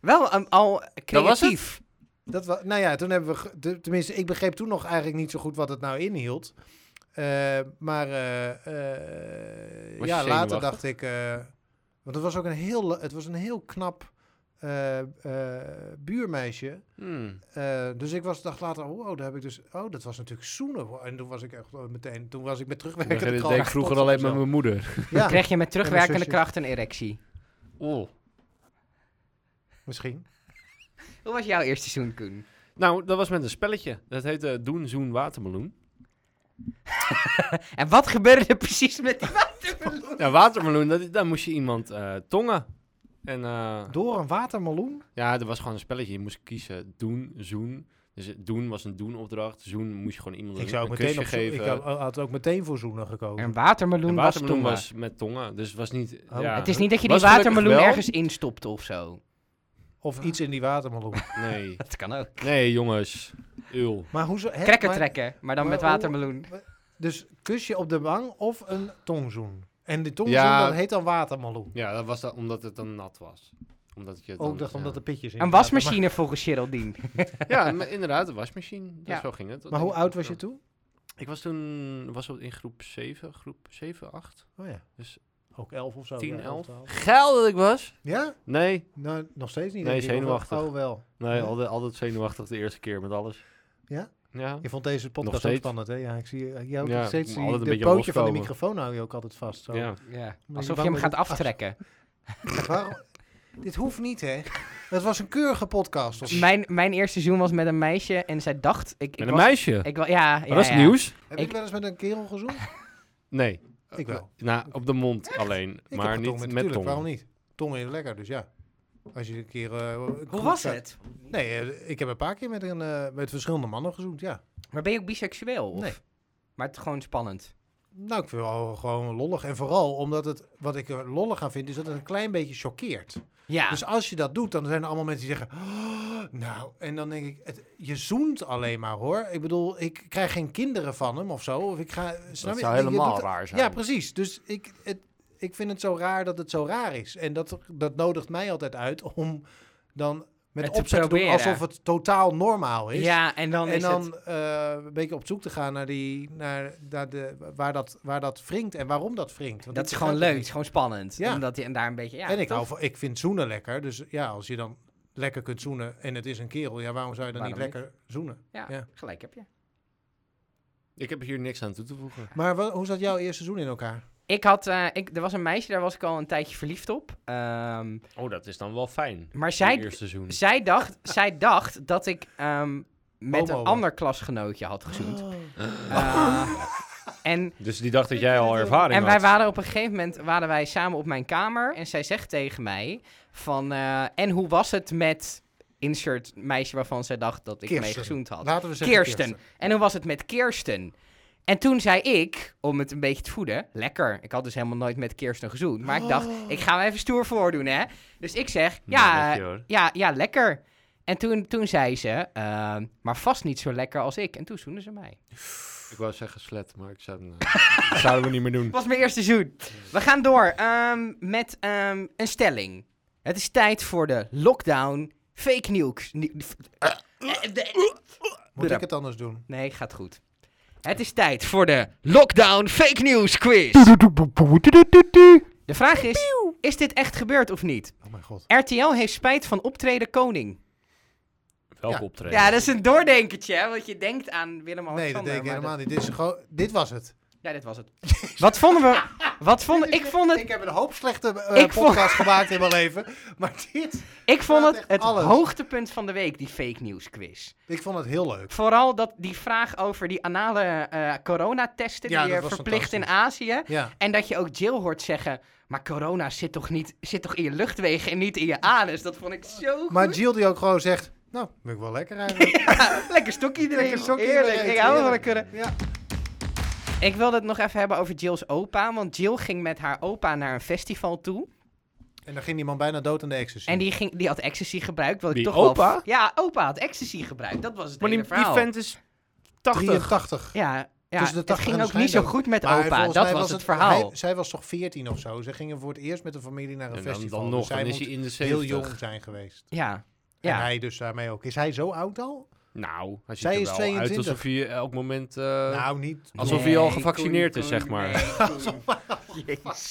Wel ehm, al was het? creatief. Dat wa- nou ja, toen hebben we. ge- de- tenminste, ik begreep toen nog eigenlijk niet zo goed wat het nou inhield. Eh, maar eh, eh, Was je ja, later zenuwachtig? dacht ik. eh, want het was ook een heel, le- het was een heel knap eh, eh, buurmeisje. Hmm. Eh, dus ik was, dacht later, wow, daar heb ik dus. Oh, dat was natuurlijk zoenen. hoor. En toen was ik echt eh, meteen. Toen was ik Ik met deed terugwerkende ik kracht vroeger trots op alleen met mezelf. mijn moeder. Ja, Krijg je met terugwerkende zusje. kracht een erectie. Oh. misschien. Hoe was jouw eerste seizoen, Koen? Nou, dat was met een spelletje. Dat heette Doen, Zoen, Watermeloen. En wat gebeurde er precies met die watermeloen? Ja, Watermeloen, dat, daar moest je iemand eh, tongen. En eh, Door een watermeloen. ja, er was gewoon een spelletje. Je moest kiezen doen, zoen. Dus het doen was een doen-opdracht. Zoen moest je gewoon iemand Ik een, zou ook een meteen kusje op, zo- geven. ik had, had ook meteen voor zoenen gekozen. Een watermeloen, En was watermeloen toen was met tongen. Dus het was niet... Oh. ja. Het is niet dat je die Was gelukkig watermeloen wel. ergens instopte of zo. Of iets in die watermeloen. Nee. Dat kan ook. Nee, jongens. Ul. Maar hoezo? hè, Krekker maar- trekken, maar dan maar met hoe- watermeloen. Dus kusje op de wang of een tongzoen. En de tongzoen Ja. dat heet dan watermeloen. Ja, dat was dat omdat het dan nat was. Omdat het je dan, Ook Oh, dacht ja. omdat de pitjes in Een zaten. wasmachine volgens Geraldine. Ja, maar inderdaad, een wasmachine. Dus Ja. zo ging het. Maar, maar hoe oud was je toen? Ik was toen was op- in groep 7, groep 7, 8. Oh ja. Dus Ook elf of zo. 10, ja, 11. twaalf. Geil dat ik was. Ja? Nee, Nou, nog steeds niet. Nee, denk ik. zenuwachtig. Oh wel. nee Ja. altijd, altijd zenuwachtig de eerste keer met alles. Ja? Ja. Je vond deze Nog podcast ook steeds. spannend, hè? Ja, ik zie eh, jou Ja, nog steeds. maar Die, altijd een de beetje pootje van de loskomen. microfoon hou je ook altijd vast. Zo. ja. Ja, je alsof je bang hem bent gaat dat- aftrekken. Waarom? Dit hoeft niet, hè? Het was een keurige podcast. Of... Mijn, mijn eerste seizoen was met een meisje en zij dacht... Ik, ik Met een was- meisje. Ik, wa- ja, ja, Maar dat is ja. nieuws. Heb ik- ik wel eens met een kerel gezoend? Nee. Ik wel. Nou, op de mond alleen. Ik maar heb niet getongd, met, natuurlijk, tong. Waarom niet? Tong is lekker, dus ja. Als je een keer. eh, Hoe goed was staat- het? Nee, eh, ik heb een paar keer met, een, eh, met verschillende mannen gezoend, ja. Maar ben je ook biseksueel? Of? Nee. Maar het is gewoon spannend. Nou, ik vind het wel gewoon lollig. En vooral omdat het, wat ik er lollig aan vind, is dat het een klein beetje choqueert. Ja, Dus als je dat doet, dan zijn er allemaal mensen die zeggen, "Oh, nou, en dan denk ik, het, je zoent alleen maar hoor. Ik bedoel, ik krijg geen kinderen van hem of zo. Of ik ga, snap Dat je? zou Je helemaal doet- raar zijn. Ja, precies. Dus ik, het, ik vind het zo raar dat het zo raar is. En dat, dat nodigt mij altijd uit om dan met Het te opzet te doen proberen. alsof het totaal normaal is. ja en dan en is dan het... eh, een beetje op zoek te gaan naar, die, naar, naar de, waar, dat, waar dat wringt en waarom dat wringt. Want Dat ik is gewoon begrijp leuk, het het is gewoon spannend. Ja. Omdat je en daar een beetje... Ja, en ik, toch? hou van, ik vind zoenen lekker. Dus ja, als je dan lekker kunt zoenen en het is een kerel, ja, waarom zou je dan Waarom niet niet? lekker zoenen? Ja, Ja. gelijk heb je. Ik heb hier niks aan toe te voegen. Maar wa- hoe zat jouw eerste zoen in elkaar? Ik had, eh, ik, er was een meisje, daar was ik al een tijdje verliefd op. Ehm, Oh, dat is dan wel fijn. maar Zij... zij, Eerste seizoen. zij, dacht, zij dacht dat ik ehm, met Homo een was. Oh. ander klasgenootje had gezoend. Eh, en Dus die dacht dat jij al ervaring en wij had. waren op een gegeven moment waren wij samen op mijn kamer. En zij zegt tegen mij van... eh, en hoe was het met insert meisje waarvan zij dacht dat ik Kirsten. mee gezoend had? Laten we zeggen Kirsten. En hoe was het met Kirsten? En toen zei ik, om het een beetje te voeden, lekker. Ik had dus helemaal nooit met Kirsten gezoend. Maar ik dacht, ik ga me even stoer voordoen, hè. Dus ik zeg, Nou, ja, weet je hoor. ja, ja, lekker. En toen, toen zei ze, eh, maar vast niet zo lekker als ik. En toen zoenden ze mij. Ik wou zeggen slet, maar ik zou hem, eh, dat zouden we niet meer doen. was mijn eerste zoen. We gaan door ehm, met ehm, een stelling. Het is tijd voor de lockdown fake news. nie- f- eh, de- Moet ik het anders doen? Nee, gaat goed. Het is tijd voor de lockdown fake news quiz. De vraag is, is dit echt gebeurd of niet? Oh mijn god. RTL heeft spijt van optreden koning. Welke Ja. optreden? Ja, dat is een doordenkertje, hè? Want je denkt aan Nee, dat Willem-Alexander. denk ik maar helemaal niet. Dit, is gewoon- dit was het. Ja, dit was het. Wat vonden we... Wat vonden... Ik vond het... Ik heb een hoop slechte eh, Ik vond- podcasts gemaakt in mijn leven. Maar dit... Ik vond Gaat het echt het alles. hoogtepunt van de week, die fake news quiz. Ik vond het heel leuk. Vooral dat die vraag over die anale eh, coronatesten, Ja, die dat je was verplicht in Azië. Ja. En dat je ook Jill hoort zeggen, maar corona zit toch, niet, zit toch in je luchtwegen en niet in je anus. Dat vond ik zo goed. Maar Jill die ook gewoon zegt... Nou, ben ik wel lekker eigenlijk. Lekker stokje erin. Lekker stokje Heerlijk. erin, Ik hou van een heerlijk. kurre. Ja. Ik wilde het nog even hebben over Jill's opa. Want Jill ging met haar opa naar een festival toe. En dan ging die man bijna dood aan de ecstasy. En die, ging, die had ecstasy gebruikt. Wat ik Wie, toch wel- opa? ja, opa had ecstasy gebruikt. Dat was het Maar die, hele die verhaal. vent is 80. 83. Ja, ja Tussen de het 80 en ging de ook niet zo schijndood. goed met Maar opa. volgens Dat mij was het verhaal. hij- zij was toch 14 of zo. Ze gingen voor het eerst met de familie naar een En dan, festival. dan Dus nog, zij dan is moet hij in de 70. heel jong zijn geweest. Ja. En Ja. hij dus daarmee ook. Is hij zo oud al? Nou, hij ziet Zij er is wel uit 22. alsof hij elk moment... eh, nou, niet. alsof hij al gevaccineerd is, zeg maar.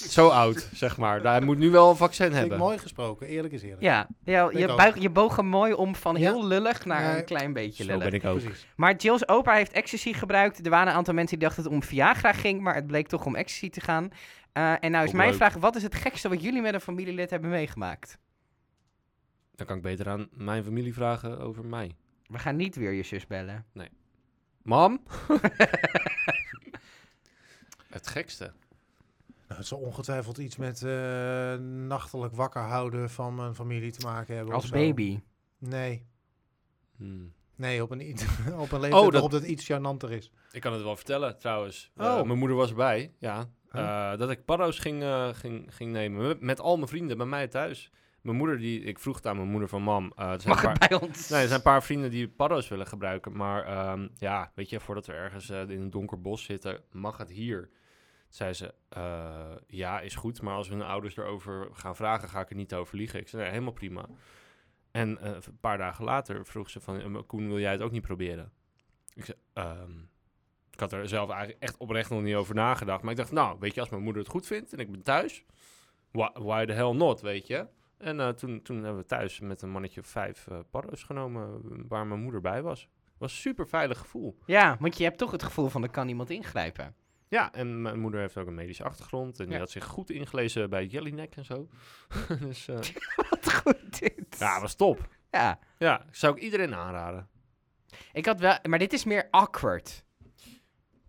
Zo oud, zeg maar. Nou, Hij moet nu wel een vaccin Vind ik hebben. mooi gesproken. Eerlijk is eerlijk. Ja, ja Ik je, ook. buig, je boog hem mooi om van heel lullig naar Nee. een klein beetje Zo lullig. ben ik ook. Precies. Maar Jill's opa heeft ecstasy gebruikt. Er waren een aantal mensen die dachten dat het om Viagra ging, maar het bleek toch om ecstasy te gaan. Eh, en nou is Ook mijn leuk. vraag, wat is het gekste wat jullie met een familielid hebben meegemaakt? Dan kan ik beter aan mijn familie vragen over mij. We gaan niet weer je zus bellen. Mam? Het gekste. Nou, het zal ongetwijfeld iets met eh, nachtelijk wakker houden van mijn familie te maken hebben. Als of zo. baby. Nee. Hmm. Nee, op een, iets- op een leeftijd Oh, dat- waarop dat iets gênanter is. Ik kan het wel vertellen, trouwens. Oh. Eh, mijn moeder was erbij, ja. Huh? Eh, dat ik paddo's ging, eh, ging, ging nemen. Met, met al mijn vrienden, bij mij thuis. Mijn moeder, die, ik vroeg het aan mijn moeder van... Mam, eh, er, zijn een Mag het paar, bij ons? nee, er zijn een paar vrienden die paddo's willen gebruiken. Maar ehm, ja, weet je, voordat we ergens eh, in een donker bos zitten... mag het hier? Toen zei ze, eh, ja, is goed. Maar als hun ouders erover gaan vragen, ga ik er niet over liegen. Ik zei, nee, helemaal prima. En eh, een paar dagen later vroeg ze van... "Eh, Koen, wil jij het ook niet proberen? Ik zei, ehm, ik had er zelf eigenlijk echt oprecht nog niet over nagedacht. Maar ik dacht, nou, weet je, als mijn moeder het goed vindt en ik ben thuis, why, why the hell not, weet je? En eh, toen, toen hebben we thuis met een mannetje of vijf eh paddo's genomen eh, waar mijn moeder bij was. was een super veilig gevoel. Ja, want je hebt toch het gevoel van, er kan iemand ingrijpen. Ja, en mijn moeder heeft ook een medische achtergrond. En die Ja. had zich goed ingelezen bij Jellyneck en zo. dus eh, Wat goed dit. ja, was top. ja. Ja, zou ik iedereen aanraden. Ik had wel, maar dit is meer awkward.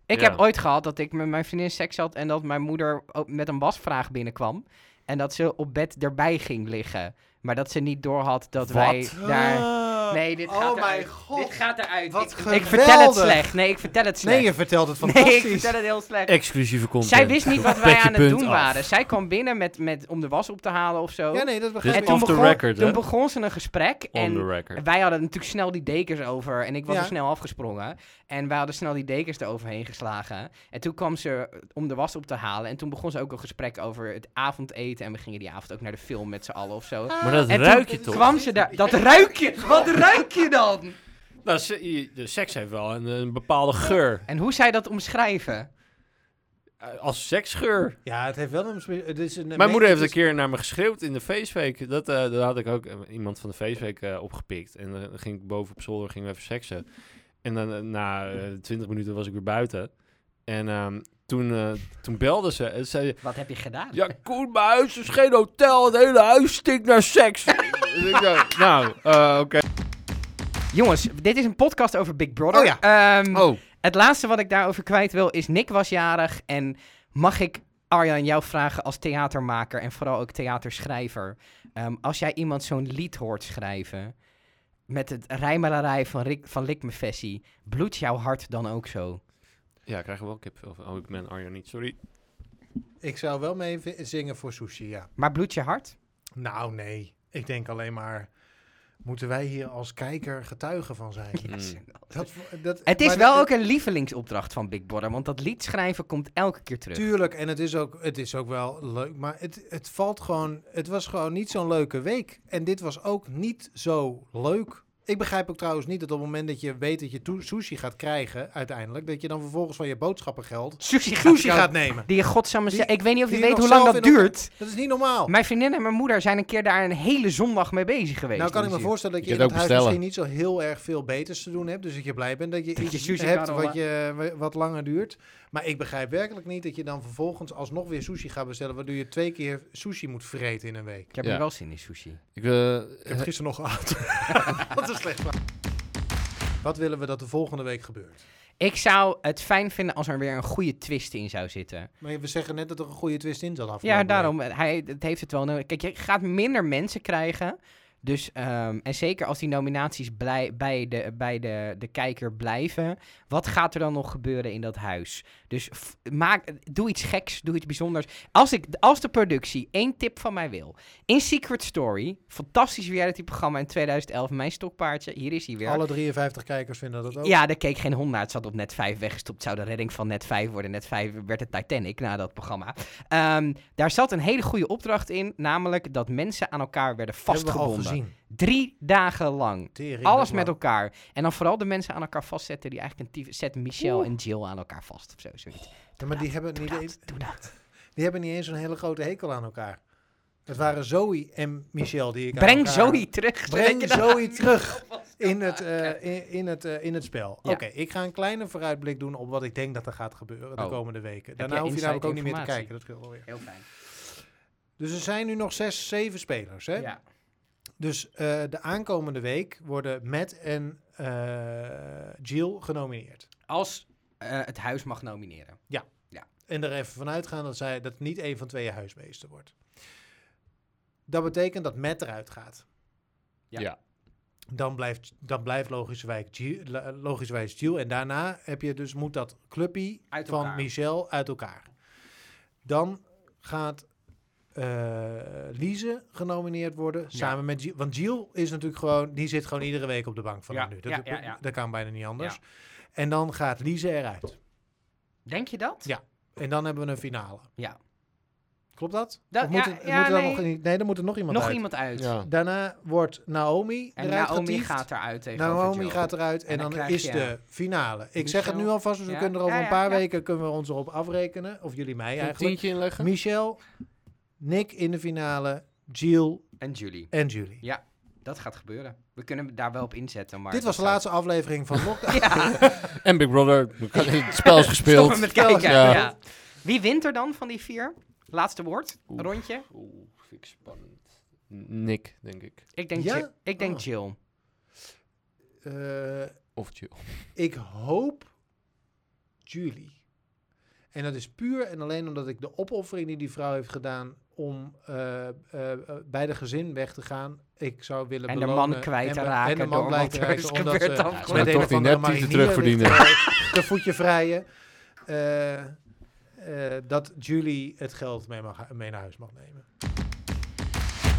Ik Ja. heb ooit gehad dat ik met mijn vriendin seks had en dat mijn moeder ook met een wasvraag binnenkwam. En dat ze op bed erbij ging liggen. Maar dat ze niet doorhad dat wij daar. Ah. Nee, Oh dit gaat eruit. Dit gaat eruit. Wat ik, ik vertel het geweldig. slecht. Nee, ik vertel het slecht. Nee, je vertelt het Nee, fantastisch. ik vertel het heel slecht. Exclusieve content. Zij wist niet wat wij aan het Petje.af. doen waren. Zij kwam binnen met, met, om de was op te halen of zo. Ja, nee, dat Dus begrijp en ik. toen off the begon, record, hè? toen begon ze een gesprek. On en the record. Wij hadden natuurlijk snel die dekens over. En ik was Ja. er snel afgesprongen. En wij hadden snel die dekens eroverheen geslagen. En toen kwam ze eh, om de was op te halen. En toen begon ze ook een gesprek over het avondeten. En we gingen die avond ook naar de film met z'n allen of zo. Maar dat en ruik toen je toch? kwam ze daar... Dat ruik je! Wat ruik je dan? Nou, se- je- de seks heeft wel een, een bepaalde geur. En hoe zij dat omschrijven? eh, als seksgeur. Ja, het heeft wel een... spe- Het is een Mijn moeder heeft het een keer naar me geschreeuwd in de feestweek. Dat, eh, daar had ik ook eh, iemand van de feestweek eh, opgepikt. En dan ging ik boven op zolder gingen we even seksen. En dan eh, na twintig minuten was ik weer buiten. En ehm, toen, eh, toen belde ze en zei ze, Wat heb je gedaan? Ja, Koen, mijn huis is geen hotel. Het hele huis stinkt naar seks. Dus ik zei, nou, eh, oké. Jongens, dit is een podcast over Big Brother. Oh Ehm, Oh, Het laatste wat ik daarover kwijt wil is: Nick was jarig. En mag ik, Arjan, jou vragen als theatermaker en vooral ook theaterschrijver. ehm, als jij iemand zo'n lied hoort schrijven. met het rijmelarij van, Rick, van Lick me Fessie, bloedt jouw hart dan ook zo? ja, ik krijg er wel kipvel van. Oh, ik ben Arjan niet, sorry. Ik zou wel mee vi- zingen voor sushi, ja. Maar bloedt je hart? Nou, nee. Ik denk alleen maar... Moeten wij hier als kijker getuigen van zijn? Mm. Dat, dat, Het is maar wel dat- ook een lievelingsopdracht van Big Brother. Want dat lied schrijven komt elke keer terug. Tuurlijk, en het is ook, het is ook wel leuk. Maar het, het valt gewoon. Het was gewoon niet zo'n leuke week. En dit was ook niet zo leuk. Ik begrijp ook trouwens niet dat op het moment dat je weet dat je to- sushi gaat krijgen, uiteindelijk, dat je dan vervolgens van je boodschappengeld Sushi gaat, sushi gaat nemen. Die je godsamme... Die- ze- ik weet niet of je die je weet nog hoe lang zelf dat in elkaar- duurt. Dat is niet normaal. Mijn vriendin en mijn moeder zijn een keer daar een hele zondag mee bezig geweest. Nou kan ik me Dus je- voorstellen dat Je je, in kunt het ook huis bestellen. misschien niet zo heel erg veel beters te doen hebt. Dus dat je blij bent dat je Dat je iets sushi hebt kan wat, rollen. je, wa- wat langer duurt. Maar ik begrijp werkelijk niet dat je dan vervolgens alsnog weer sushi gaat bestellen. Waardoor je twee keer sushi moet vreten in een week. Ik heb Ja. er wel zin in sushi. Ik, eh, Ik heb het gisteren nog gehad. Wat een slecht verhaal. Wat willen we dat de volgende week gebeurt? Ik zou het fijn vinden als er weer een goede twist in zou zitten. Maar we zeggen net dat er een goede twist in zat afgelopen Ja, week. daarom. Hij het heeft het wel nodig. Kijk, je gaat minder mensen krijgen. Dus, ehm, en zeker als die nominaties blij, bij, de, bij de, de kijker blijven. Wat gaat er dan nog gebeuren in dat huis? Dus f- maak, doe iets geks, doe iets bijzonders. Als, ik, als de productie één tip van mij wil. In Secret Story, fantastisch realityprogramma in 2011. Mijn stokpaardje, hier is hij weer. Alle 53 kijkers vinden dat ook. Ja, daar keek geen hond naar. Het zat op net 5 weggestopt. Zou de redding van net 5 worden. Net 5 werd het Titanic na dat programma. Ehm, daar zat een hele goede opdracht in. Namelijk dat mensen aan elkaar werden hebben we al vastgebonden. gezien. Drie dagen lang. Tering, Alles dat met lang. elkaar. En dan vooral de mensen aan elkaar vastzetten. Die eigenlijk een tief- zet Michelle en Jill aan elkaar vast. Of zo, zoiets. Ja, maar die hebben, Doe niet eens, dat, doe dat. die hebben niet eens een hele grote hekel aan elkaar. Het waren Zoe en Michel die ik aan Breng elkaar- Zoe terug. zodat je Breng dat- Zoe terug in het, eh, in, in het, eh, in het spel. Ja. Oké, ik ga een kleine vooruitblik doen op wat ik denk dat er gaat gebeuren de Oh. komende weken. jij Daarna hoef je inside namelijk ook niet meer te informatie? kijken. Dat scheelt alweer. Heel fijn. Dus er zijn nu nog zes, zeven spelers. Hè? Ja. Dus eh, de aankomende week worden Matt en eh, Jill genomineerd. Als eh, het huis mag nomineren. En er even vanuit gaan dat, zij, dat niet één van twee huismeester wordt. Dat betekent dat Matt eruit gaat. Ja. Ja. Dan blijft, dan blijft logischerwijs, Jill, la- logischerwijs Jill. En daarna heb je dus, moet dat clubje Uit van elkaar. Michel uit elkaar. Dan gaat eh Lize genomineerd worden. Samen met Jill. Want Jill is natuurlijk gewoon, die zit gewoon iedere week op de bank van Ja, hem nu. Dat, ja, ja, ja. dat kan bijna niet anders. En dan gaat Lize eruit. Denk je dat? Ja. En dan hebben we een finale. Ja. Klopt dat? Da- of moet ja, er- ja, moet er dan nee. nog, in- nee, er moet er nog iemand Nog uit. iemand uit. ja. Daarna wordt Naomi En eruit Naomi getiefd. gaat eruit tegen Naomi gaat eruit en, En dan dan, krijg is je de finale. Ik zeg het nu Michel. alvast, dus Ja. we kunnen er over Ja, een ja, paar ja. weken kunnen we ons erop afrekenen. Of jullie mij Een eigenlijk. tientje inleggen? Michel, Nick in de finale, Jill En Julie. en Julie. Dat gaat gebeuren. We kunnen daar wel op inzetten, maar... Dit was de dat laatste aflevering van Lockdown. zou- Ja, En Big Brother. Het spel is stoppen gespeeld. met kijken. Ja. Ja. Wie wint er dan van die vier? Laatste woord, Oeh. rondje. Oeh, vind ik spannend. Nick, denk ik. Ik denk, Ja? Jill, ik denk Oh. Jill. Eh, Of Jill. ik hoop Julie. En dat is puur en alleen omdat ik de opoffering die die vrouw heeft gedaan om eh, eh, eh, bij de gezin weg te gaan, ik zou willen En de belonen man kwijt te be- raken En de door man kwijt te wat er is raken omdat gebeurd ze dan. Ja, Ze ze gaan met een toch of die andere neptieten marinier terugverdienen. ligt, eh, de voetje vrijen. Eh, eh, dat Julie het geld mee, mag, mee naar huis mag nemen.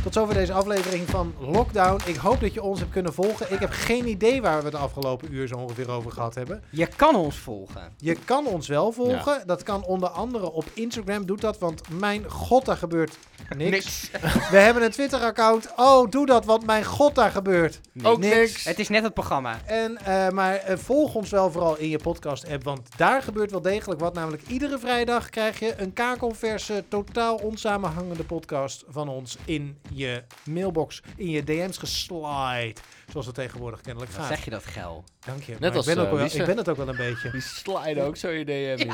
Tot zover deze aflevering van Lockdown. Ik hoop dat je ons hebt kunnen volgen. Ik heb geen idee waar we het de afgelopen uur zo ongeveer over gehad hebben. Je kan ons volgen. Je kan ons wel volgen. Dat kan onder andere op Instagram. Doe dat, want mijn god, daar gebeurt niks. We hebben een Twitter-account. Oh, doe dat, want mijn god, daar gebeurt Ook niks. niks. Het is net het programma. En, eh, maar eh, volg ons wel vooral in je podcast-app, want daar gebeurt wel degelijk wat. Namelijk iedere vrijdag krijg je een kakelverse, totaal onsamenhangende podcast van ons in je mailbox, in je DM's geslide. Zoals het tegenwoordig kennelijk Dan gaat. zeg je dat geil. Dank je. Net Maar als, ik, ben eh, ook wel, Lise. ik ben het ook wel een beetje. Die slide ook zo je DM in.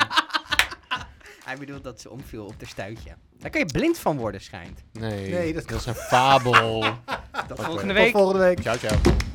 Hij bedoelt dat ze omviel op de stuitje. Daar kun je blind van worden, schijnt. Nee, Nee, dat dat is een fabel. Tot volgende Tot week. volgende week. ciao, ciao.